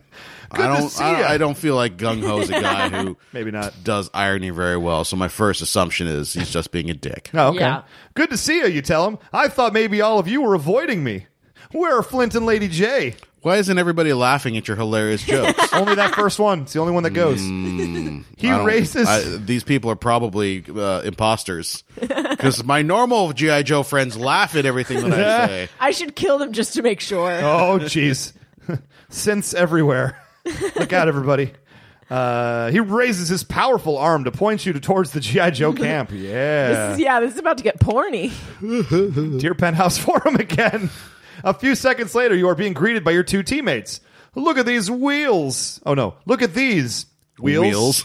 to
I don't.
see
I,
ya.
I don't feel like gung ho's a guy who
Maybe not.
does irony very well. So my first assumption is he's just being a dick.
Oh, okay.
Yeah.
Good to see you, you tell him. I thought maybe all of you were avoiding me. Where are Flint and Lady J?
Why isn't everybody laughing at your hilarious jokes?
Only that first one. It's the only one that goes. he
Hmm. I don't-
races.
I- these people are probably uh, imposters because my normal GI Joe friends laugh at everything that I say.
I should kill them just to make sure.
Oh, jeez. Synths everywhere. Look out, everybody. Uh, he raises his powerful arm to point you towards the G.I. Joe camp.
This
Yeah.
is, yeah, this is about to get porny.
Dear Penthouse Forum again. A few seconds later, you are being greeted by your two teammates. Look at these wheels. Oh, no. Look at these
Wheels.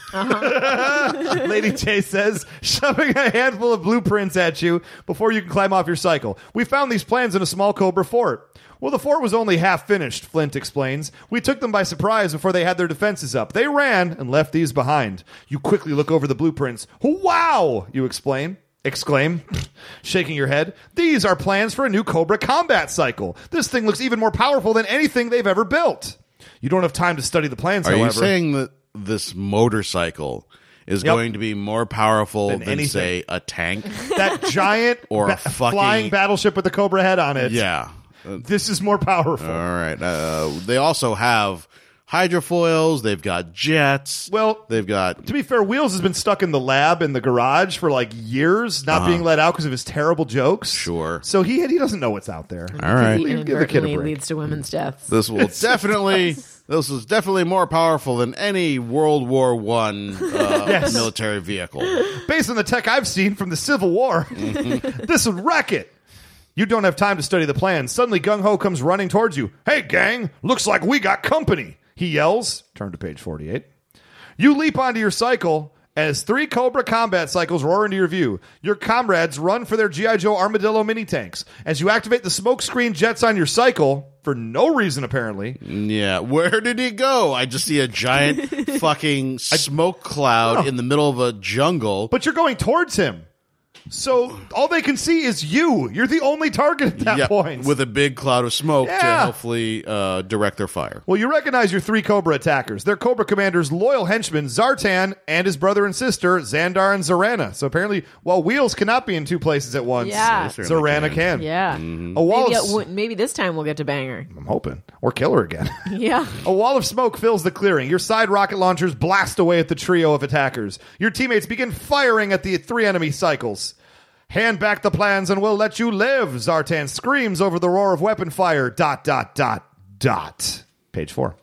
Lady J says, shoving a handful of blueprints at you before you can climb off your cycle. We found these plans in a small Cobra fort. Well, the fort was only half finished, Flint explains. We took them by surprise before they had their defenses up. They ran and left these behind. You quickly look over the blueprints. Wow, you explain. Exclaim, shaking your head. These are plans for a new Cobra combat cycle. This thing looks even more powerful than anything they've ever built. You don't have time to study the plans,
Are
however.
you saying that this motorcycle is
Yep.
going to be more powerful
Than
than,
anything.
say a tank?
that giant
Or a
ba-
fucking-
flying battleship with the cobra head on it.
yeah. Uh,
This is more powerful.
all right. Uh, they also have hydrofoils. They've got jets.
Well-
they've got
to be fair, Wheels has been stuck in the lab in the garage for like years, not being let out because of his terrible jokes.
Uh-huh. Sure.
So he he doesn't know what's out there.
all right.
He
Give the kid a
inadvertently
break.
leads to women's deaths.
This will definitely. This is definitely more powerful than any World War One uh,
Yes.
military vehicle.
Based on the tech I've seen from the Civil War, this would wreck it. You don't have time to study the plan. Suddenly, Gung Ho comes running towards you. Hey, gang, looks like we got company, he yells. Turn to page 48. You leap onto your cycle as three Cobra combat cycles roar into your view. Your comrades run for their G.I. Joe Armadillo mini tanks. As you activate the smoke screen jets on your cycle, for no reason apparently,
Yeah, where did he go? I just see a giant fucking smoke
Oh.
cloud in the middle of a jungle.
but you're going towards him. So all they can see is you. You're the only target at that
Yeah,
point.
with a big cloud of smoke
Yeah.
to hopefully uh, direct their fire.
Well, you recognize your three Cobra attackers. They're Cobra Commander's loyal henchmen, Zartan, and his brother and sister, Xandar and Zorana. So apparently, while Wheels cannot be in two places at once,
Yeah. They
certainly
Zorana
can.
can.
Yeah.
A wall
Maybe,
of,
it
s-
wouldn't- maybe this time we'll get to banger.
I'm hoping. Or kill her again.
Yeah.
A wall of smoke fills the clearing. Your side rocket launchers blast away at the trio of attackers. Your teammates begin firing at the three enemy cycles. Hand back the plans and we'll let you live, Zartan screams over the roar of weapon fire. Dot, dot, dot, dot. Page four.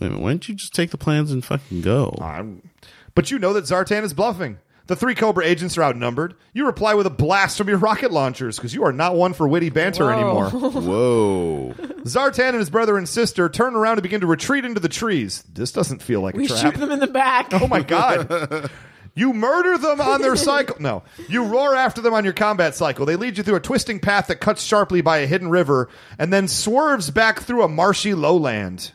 Wait a minute, why don't you just take the plans and fucking go?
I'm- But you know that Zartan is bluffing. The three Cobra agents are outnumbered. You reply with a blast from your rocket launchers because you are not one for witty banter
Whoa.
anymore.
Whoa.
Zartan and his brother and sister turn around and begin to retreat into the trees. This doesn't feel like
We
a trap.
shoot them in the back.
Oh my god. You murder them on their cycle. No. You roar after them on your combat cycle. They lead you through a twisting path that cuts sharply by a hidden river and then swerves back through a marshy lowland.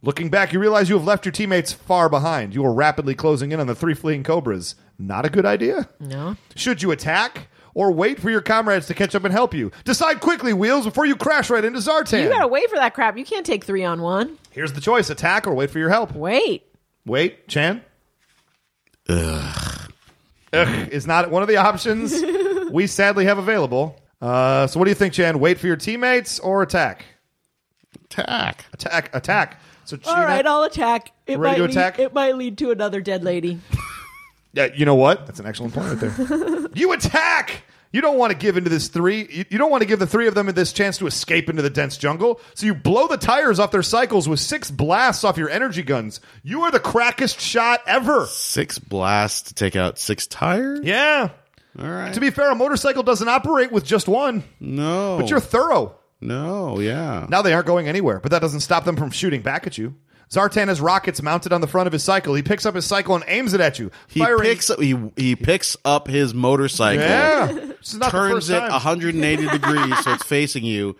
Looking back, you realize you have left your teammates far behind. You are rapidly closing in on the three fleeing cobras. Not a good idea.
No.
Should you attack or wait for your comrades to catch up and help you? Decide quickly, Wheels, before you crash right into Zartan.
You gotta wait for that crap. You can't take three on one.
Here's the choice attack or wait for your help.
Wait.
Wait, Chan? ugh, is not one of the options we sadly have available. Uh, so what do you think, Chan? Wait for your teammates or attack?
Tack.
Attack, attack. So
All right, I'll attack. It
Ready
might
to
lead,
attack?
It might lead to another dead lady.
Yeah, you know what? That's an excellent point right there. you attack. You don't want to give into this three. You, you don't want to give the three of them this chance to escape into the dense jungle. So you blow the tires off their cycles with six blasts off your energy guns. You are the crackest shot ever.
Six blasts to take out six tires?
Yeah.
All right.
To be fair, a motorcycle doesn't operate with just one.
no.
But you're thorough.
no, yeah.
Now they aren't going anywhere, but that doesn't stop them from shooting back at you. Zartan has rockets mounted on the front of his cycle. He picks up his cycle and aims it at you.
he picks up he, he picks up his motorcycle,
Yeah. This is not the
turns
first
it
time.
180 degrees so it's facing you,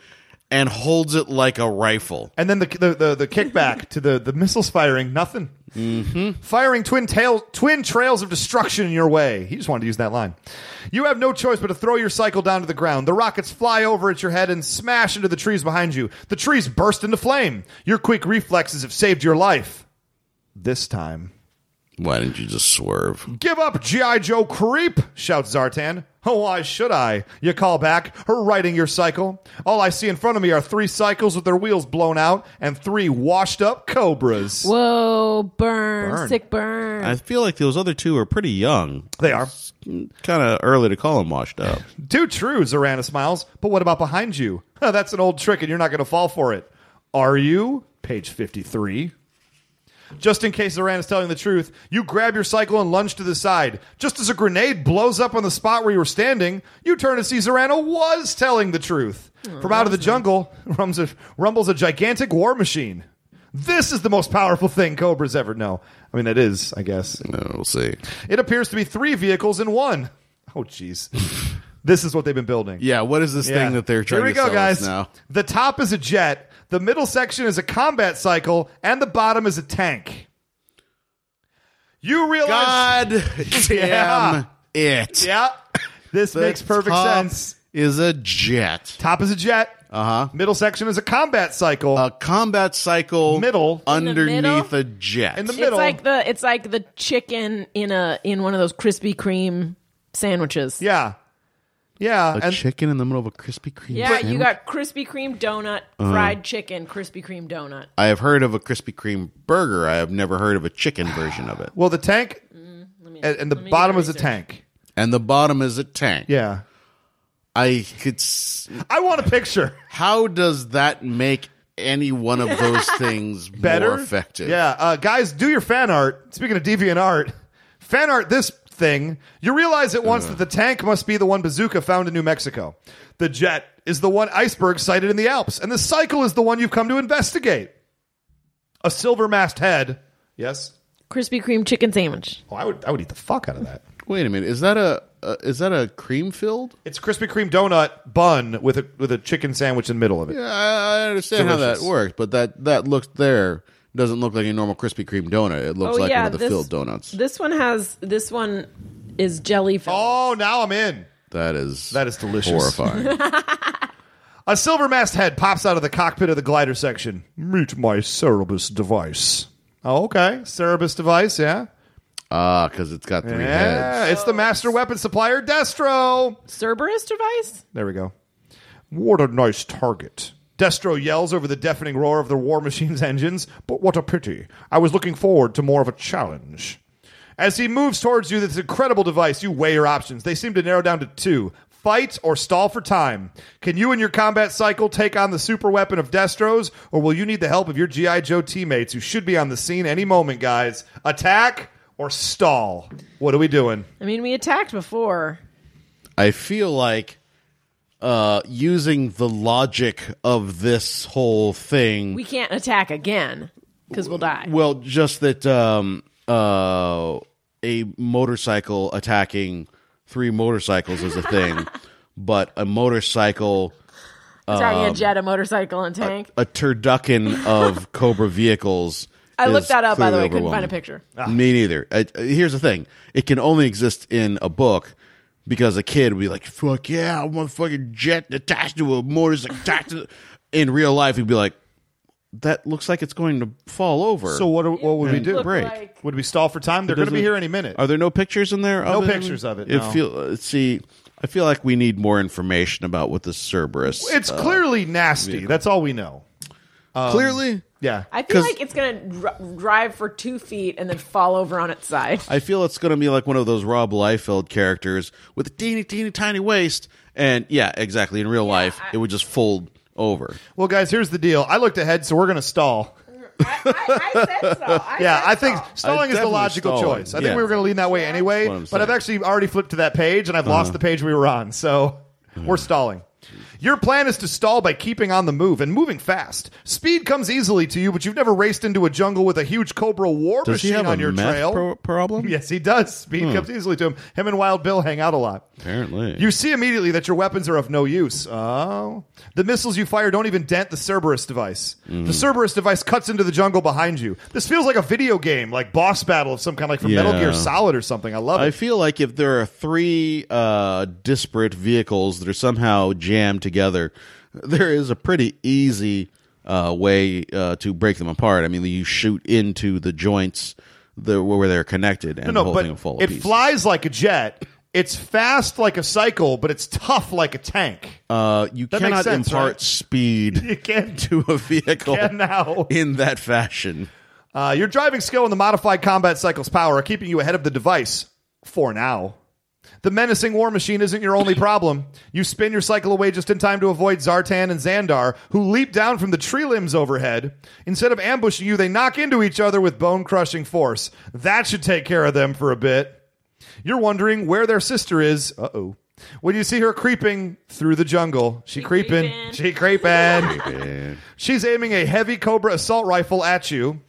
and holds it like a rifle.
And then the the the, the kickback to the the missiles firing nothing.
Mm-hmm.
Firing twin tail twin trails of destruction in your way. He just wanted to use that line. You have no choice but to throw your cycle down to the ground. The rockets fly over at your head and smash into the trees behind you. The trees burst into flame. Your quick reflexes have saved your life. This time.
Why didn't you just swerve?
Give up, G.I. Joe creep, shouts Zartan. Oh, why should I? You call back, her riding your cycle. All I see in front of me are three cycles with their wheels blown out and three washed up cobras.
Whoa, burn,
Burn.
sick burn.
I feel like those other two are pretty young.
They are.
Kind of early to call them washed up.
Too true, Zorana smiles. But what about behind you? Huh, That's an old trick and you're not going to fall for it. Are you? Page 53. Just in case Zoran is telling the truth, you grab your cycle and lunge to the side. Just as a grenade blows up on the spot where you were standing, you turn to see Zorana was telling the truth. From out of the jungle rumbles a, rumbles a gigantic war machine. This is the most powerful thing Cobras ever know. I mean, it is, I guess.
Uh, we'll see.
It appears to be three vehicles in one. Oh, jeez. this is what they've been building.
Yeah, what is this
Yeah.
thing that they're trying
Here we
to
go,
sell
guys.
us now?
The top is a jet. The middle section is a combat cycle, and the bottom is a tank. You realize,
God
Yeah.
damn it.
yeah, this
The
makes perfect
top
sense.
Is a jet.
Top is a jet.
Uh huh.
Middle section is a combat cycle.
A combat cycle
Middle. In
the
underneath
middle?
a jet.
in the
It's
middle,
like the it's like the chicken in a in one of those Krispy Kreme sandwiches.
yeah, yeah,
a
and
chicken in the middle of a Krispy Kreme.
Yeah, you
sandwich?
got Krispy Kreme donut,
Uh-huh.
fried chicken, Krispy Kreme donut.
I have heard of a Krispy Kreme burger. I have never heard of a chicken version of it.
well, the tank,
Mm,
and, and the
do
bottom
the
is a
research.
tank.
And the bottom is a tank.
Yeah,
I could. S-
I want a picture.
How does that make any one of those things
better,
more effective?
Yeah, uh, guys, do your fan art. Speaking of deviant art, fan art this thing. You realize at once that the tank must be the one bazooka found in New Mexico. The jet is the one iceberg sighted in the Alps, and the cycle is the one you've come to investigate. A silver masked head. Yes.
Krispy Kreme chicken sandwich.
Oh, I would. I would eat the fuck out of that.
Wait a minute. Is that a, a is that a cream filled?
It's Krispy Kreme donut bun with a with a chicken sandwich in the middle of it.
Yeah, I, I understand
Delicious.
how that works, but that that looks there doesn't look like a normal Krispy Kreme donut. It looks
Oh,
like
yeah,
one of the
this-
filled donuts.
This one has this one is jelly filled.
Oh, now I'm in.
that is
That is delicious.
Horrifying.
A silver masked head pops out of the cockpit of the glider section. Meet my Cerebus device. Oh, okay. Cerebus device, yeah.
Ah, because it's got three
Yeah,
heads.
it's the master weapon supplier, Destro.
Cerberus device?
There we go. What a nice target. Destro yells over the deafening roar of the war machine's engines, but what a pity. I was looking forward to more of a challenge. As he moves towards you, this incredible device, you weigh your options. They seem to narrow down to two fight or stall for time. Can you and your combat cycle take on the super weapon of Destro's, or will you need the help of your G.I. Joe teammates who should be on the scene any moment, guys? Attack or stall? What are we doing?
I mean, we attacked before.
I feel like uh, using the logic of this whole thing.
We can't attack again because we'll die.
well, just that um, uh, a motorcycle attacking three motorcycles is a thing, but a motorcycle,
Attacking
Um,
a jet, a motorcycle, and
uh,
tank.
a turducken of Cobra vehicles.
I
is
looked that up by the way.
clearly
Couldn't find a
overwhelming.
picture.
Ah.
Me neither. I, I- here's the thing: it can only exist in a book because a kid would be like, "Fuck yeah, I want a fucking jet attached to a motorcycle." attached to-" in real life, he'd be like, that looks like it's going to fall over.
So what? do- What would we
And
do?
break.
like-
Would we stall for time? They're going to be here any minute.
Are there no pictures in there?
No
of it?
pictures of it,
It
no.
feel uh, see. I feel like we need more information about what this Cerberus.
it's clearly nasty. That's all we know.
Um,
clearly.
Yeah.
I feel
'Cause-
like it's going to dr- drive for two feet and then fall over on its side.
I feel it's going to be like one of those Rob Liefeld characters with a teeny, teeny, tiny waist, and yeah, exactly. In real life, it would just fold over.
well, guys, here's the deal. I looked ahead, so we're going to stall.
I, I, I said so. I
Yeah,
said
I think
so.
stalling
I
is the
definitely
logical
stalling.
choice. I think
Yeah.
we were going to lean that way anyway,
what I'm
but I've
saying. Uh-huh.
actually already flipped to that page and I've lost the page we were on, so we're stalling. Your plan is to stall by keeping on the move and moving fast. Speed comes easily to you, but you've never raced into a jungle with a huge cobra war
Does
machine
he have
on
a
your
meth
trail.
pro- problem?
Yes, he does. Speed comes easily to him. Him and Wild Bill hang out a lot.
Apparently.
You see immediately that your weapons are of no use. Oh. The missiles you fire don't even dent the Cerberus device.
Mm.
The Cerberus device cuts into the jungle behind you. This feels like a video game, like boss battle of some kind, like from Metal
Yeah.
Gear Solid or something. I love
I
it.
feel like if there are three uh, disparate vehicles that are somehow jammed together, there is a pretty easy uh, way uh, to break them apart. I mean, you shoot into the joints the, where they're connected, and the
no, no,
whole thing will fall
but it
apart.
flies like a jet. It's fast like a cycle, but it's tough like a tank.
uh, you
makes
cannot
sense,
impart
right?
speed
You can't
to a vehicle
can now.
in that fashion.
Uh, your driving skill and the modified combat cycle's power are keeping you ahead of the device for now. The menacing war machine isn't your only problem. You spin your cycle away just in time to avoid Zartan and Xandar, who leap down from the tree limbs overhead. Instead of ambushing you, they knock into each other with bone crushing force. That should take care of them for a bit. You're wondering where their sister is. Uh oh. When you see her creeping through the jungle, she, creeping.
creeping.
She creeping. She's aiming a heavy Cobra assault rifle at you.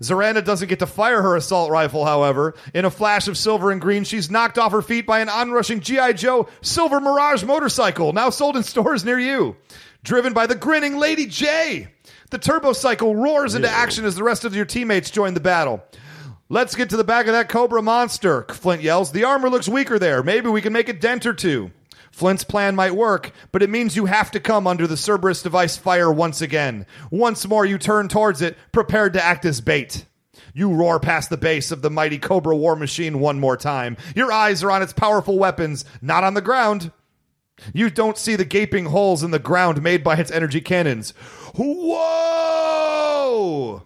Zarana doesn't get to fire her assault rifle, however. In a flash of silver and green, she's knocked off her feet by an onrushing G.I. Joe Silver Mirage motorcycle, now sold in stores near you. Driven by the grinning Lady J. The turbo cycle roars into action as the rest of your teammates join the battle. Let's get to the back of that Cobra monster, Flint yells. The armor looks weaker there. Maybe we can make a dent or two. Flint's plan might work, but it means you have to come under the Cerberus device fire once again. Once more, you turn towards it, prepared to act as bait. You roar past the base of the mighty Cobra war machine one more time. Your eyes are on its powerful weapons, not on the ground. You don't see the gaping holes in the ground made by its energy cannons. Whoa!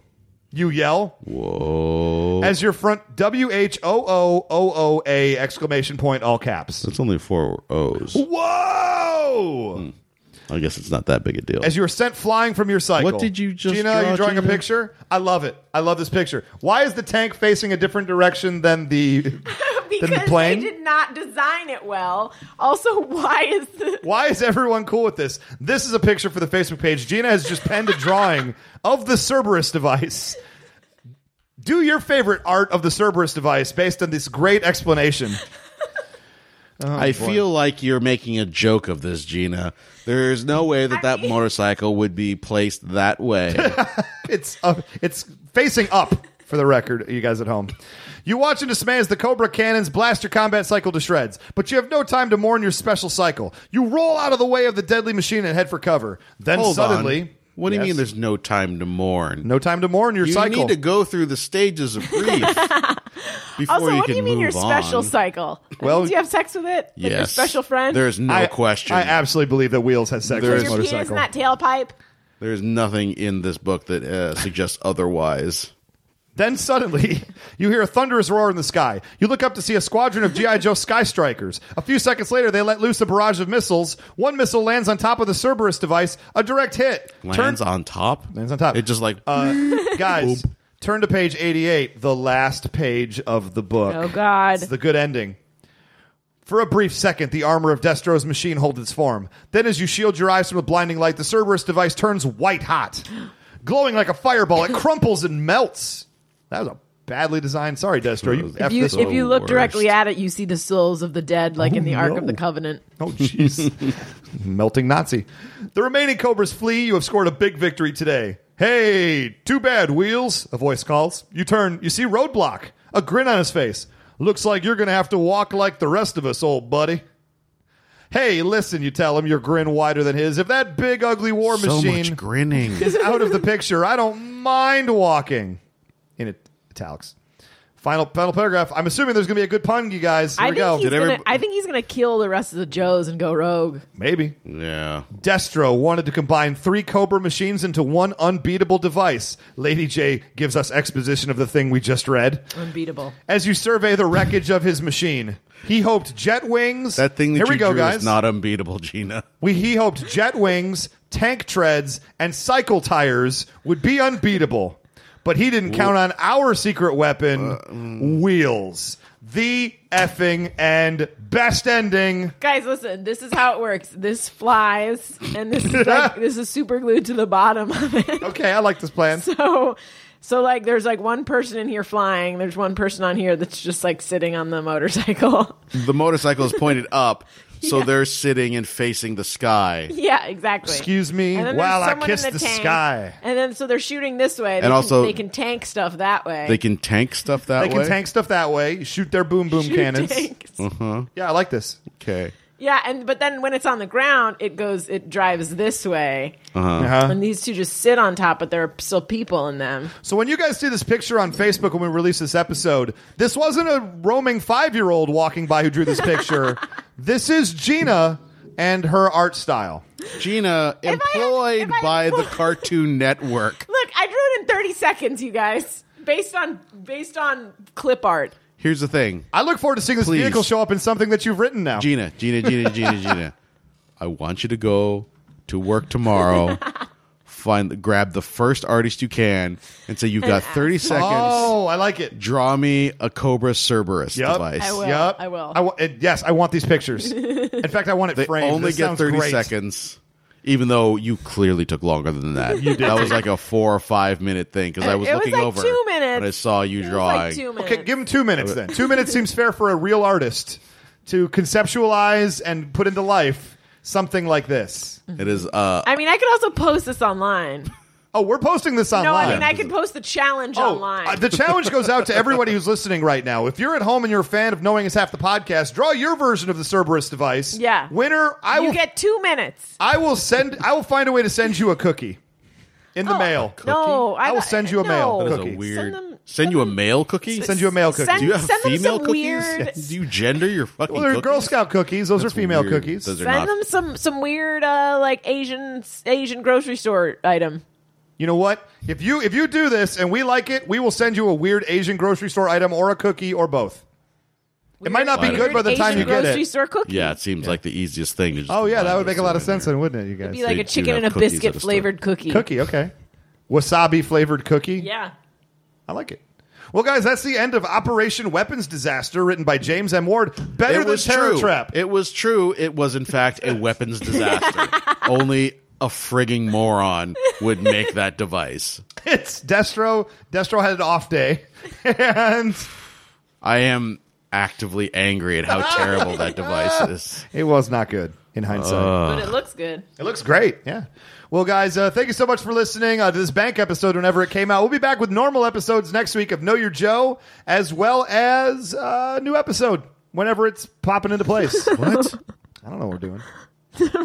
You yell
Whoa.
as your front W H O O O O A exclamation point all caps.
It's only four O's.
Whoa!
Hmm. I guess it's not that big a deal.
As you are sent flying from your cycle.
What did you just
Gina, are you
draw,
drawing a
Gina?
picture? I love it. I love this picture. Why is the tank facing a different direction than the
because
the plane?
they did not design it well. Also, why is the
Why is everyone cool with this? This is a picture for the Facebook page. Gina has just penned a drawing of the Cerberus device. Do your favorite art of the Cerberus device based on this great explanation.
I feel like you're making a joke of this, Gina. There's no way that that
mean-
motorcycle would be placed that way.
it's up, it's facing up for the record, you guys at home. You watch in dismay as the Cobra cannons blast your combat cycle to shreds, but you have no time to mourn your special cycle. You roll out of the way of the deadly machine and head for cover. Then
Hold on.
suddenly,
What do you
Yes.
mean there's no time to mourn?
no time to mourn your
you
cycle?
need to go through the stages of grief before
also?
you
What
can
do you mean your
move on.
special cycle?
Well-
Well, do you have sex with it? Like your
Yes.
special friend.
There's no
I,
question.
I absolutely believe that Wheels has sex
There
with
Is
his
your
motorcycle.
penis not tailpipe.
there's nothing in this book that uh, suggests otherwise.
Then suddenly, you hear a thunderous roar in the sky. You look up to see a squadron of G.I. Joe Sky Strikers. A few seconds later, they let loose a barrage of missiles. One missile lands on top of the Cerberus device, a direct hit.
Lands on top.
Lands on top.
It just like
Uh, guys, turn to page 88, the last page of the book.
Oh God!
It's the good ending. For a brief second, the armor of Destro's machine holds its form. Then, as you shield your eyes from the blinding light, the Cerberus device turns white hot. Glowing like a fireball, it crumples and melts. That was a badly designed. Sorry, Destro. You
If
F
you,
this one.
if you look
worst.
directly at it, you see the souls of the dead, like in the Ark
no.
of the Covenant.
Oh, jeez. Melting Nazi. The remaining Cobras flee. You have scored a big victory today. Hey, too bad, Wheels, a voice calls. You turn. You see Roadblock, a grin on his face. Looks like you're going to have to walk like the rest of us, old buddy. Hey, listen, you tell him, your grin wider than his. If that big, ugly war
So
machine
much grinning.
is out of the picture. I don't mind walking. In it- italics. Final final paragraph. I'm assuming there's going to be a good pun, you guys. Here
I
we
think,
go.
he's
Did every-
gonna, I think he's gonna kill the rest of the Joes and go rogue.
Maybe.
yeah.
Destro wanted to combine three Cobra machines into one unbeatable device. Lady J gives us exposition of the thing we just read.
Unbeatable.
As you survey the wreckage of his machine, he hoped jet wings.
That thing that
Here
you
we go,
drew
guys.
is not unbeatable, Gina.
We, he hoped jet wings, tank treads, and cycle tires would be unbeatable, but he didn't count on our secret weapon,
Uh, mm.
wheels. The effing and best ending.
Guys, listen. This is how it works. This flies, and this is like this is super glued to the bottom of it.
Okay, I like this plan.
So, so like, there's like one person in here flying. There's one person on here that's just like sitting on the motorcycle.
The motorcycle is pointed up, so they're sitting and facing the sky.
yeah, exactly.
Excuse me
And then
while
there's
I
someone
kiss
in
the,
the, tank.
sky.
And then so they're shooting this way. They
And
can,
also-
they can tank stuff that way.
They can tank stuff that
They
way.
can tank stuff that way. You shoot their boom boom
Shoot
cannons. Mm.
tanks.
Yeah, I like this.
Okay.
Yeah, and but then when it's on the ground, it goes, it drives this way,
Uh-huh.
and these two just sit on top, but there are still people in them.
So when you guys see this picture on Facebook when we release this episode, this wasn't a roaming five year old walking by who drew this picture. this is Gina and her art style.
Gina,
I had-
employed
if I had
by the
more-
Cartoon Network.
Look, I drew it in thirty seconds, you guys, based on based on clip art.
Here's the thing.
I look forward to seeing this
Please.
vehicle show up in something that you've written now.
Gina, Gina, Gina, Gina, Gina. I want you to go to work tomorrow. Find, grab the first artist you can, and say you've got thirty seconds.
oh, I like it.
Draw me a Cobra Cerberus
Yep.
device.
I will.
Yep.
I will.
wa- and yes, I want these pictures. In fact, I want it
They
framed.
only
This
get
sounds
30
great.
seconds, even though you clearly took longer than that. you did. That was like a four or five minute thing because I was
It was
looking
like
over.
two minutes.
And I saw you
It was
drawing.
like two minutes.
Okay, give him two minutes then. two minutes seems fair for a real artist to conceptualize and put into life something like this.
It is uh,
I mean, I could also post this online.
Oh, we're posting this online.
No, I mean I could post the challenge
Oh,
online.
uh, the challenge goes out to everybody who's listening right now. If you're at home and you're a fan of Knowing Is Half the Podcast, draw your version of the Cerberus device.
Yeah.
Winner, I
you
will
get two minutes.
I will send I will find a way to send you a cookie in the
Oh,
mail.
No,
I will
thought-
send you a
no.
mail.
that is
cookies.
a weird. Send,
Send them-
you a male cookie?
Send you a mail cookie.
Send,
Do you have
send them
female
some
cookies?
weird.
Do you gender your fucking
Well, they're
cookies?
Girl Scout cookies. Those
That's
are female
weird.
cookies.
Those are
Send
not-
them some some weird uh, like Asian Asian grocery store item.
You know what? If you if you do this and we like it, we will send you a weird Asian grocery store item or a cookie or both. it might not be
Weird
good by the
Asian
time you get
grocery
it.
store cookie.
Yeah, it seems like the easiest thing to just
Oh yeah,
combine
that would
those
make a lot
two
of
in
sense
there.
then, wouldn't it, you guys?
Be like
They
a
do
chicken
have
and a
cookies at a
biscuit
store.
flavored cookie.
cookie, okay. Wasabi flavored cookie.
Yeah.
I like it. Well, guys, that's the end of Operation Weapons Disaster, written by James M. Ward. Better
It
than
was
Terror
true.
Trap.
It was true. It was in fact a weapons disaster. Only a frigging moron would make that device.
it's Destro. Destro had an off day, and
I am actively angry at how terrible that device is.
it was not good in hindsight.
But it looks good.
It looks great. Yeah. Well, guys, uh, thank you so much for listening uh, to this bank episode whenever it came out. We'll be back with normal episodes next week of Know Your Joe, as well as uh, new episode whenever it's popping into place. what? I don't know what we're doing.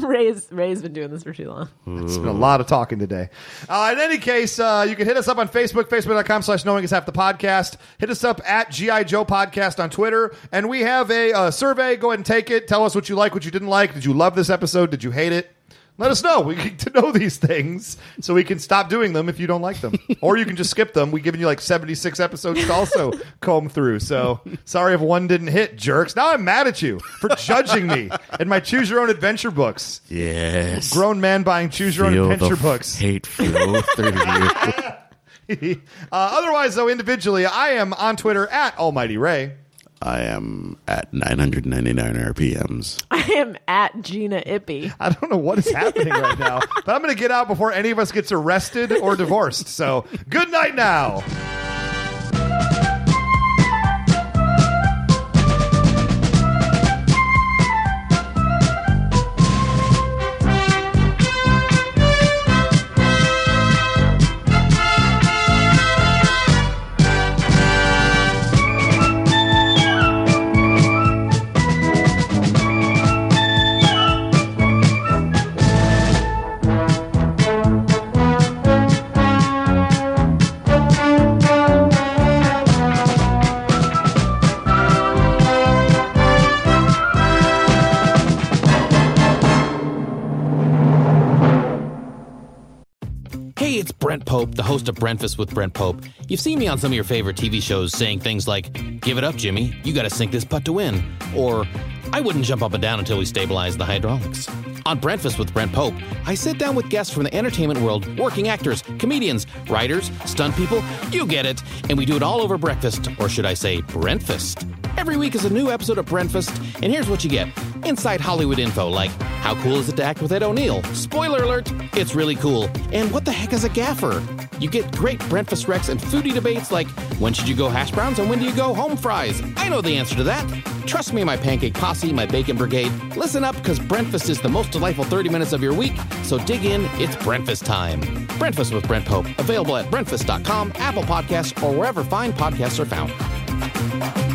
Ray's Ray's been doing this for too long.
It's been a lot of talking today. Uh, in any case, uh, you can hit us up on Facebook, facebook.com slash knowing is half the podcast. Hit us up at GI Joe Podcast on Twitter. And we have a uh, survey. Go ahead and take it. Tell us what you like, what you didn't like. Did you love this episode? Did you hate it? Let us know. We get to know these things so we can stop doing them if you don't like them. or you can just skip them. We've given you like 76 episodes to also comb through. So sorry if one didn't hit, jerks. Now I'm mad at you for judging me and my Choose Your Own Adventure books.
Yes.
Grown man buying Choose Your Own
Feel the
Adventure books.
Hate flow through you.
uh, otherwise, though, individually, I am on Twitter at Almighty Ray.
I am at 999 RPMs.
I am at Gina Ippy.
I don't know what is happening right now, but I'm going to get out before any of us gets arrested or divorced. So, good night now.
Brent Pope, the host of Breakfast with Brent Pope. You've seen me on some of your favorite TV shows saying things like, Give it up, Jimmy, you gotta sink this putt to win, or I wouldn't jump up and down until we stabilize the hydraulics. On Breakfast with Brent Pope, I sit down with guests from the entertainment world, working actors, comedians, writers, stunt people, you get it, and we do it all over breakfast, or should I say, Breakfast. Every week is a new episode of Breakfast, and here's what you get inside Hollywood info like how cool is it to act with Ed O'Neill? Spoiler alert, it's really cool. And what the heck is a gaffer? You get great breakfast recs and foodie debates like when should you go hash browns and when do you go home fries? I know the answer to that. Trust me, my pancake posse, my bacon brigade. Listen up, because breakfast is the most delightful 30 minutes of your week, so dig in, it's breakfast time. Breakfast with Brent Pope, available at breakfast.com, Apple Podcasts, or wherever fine podcasts are found.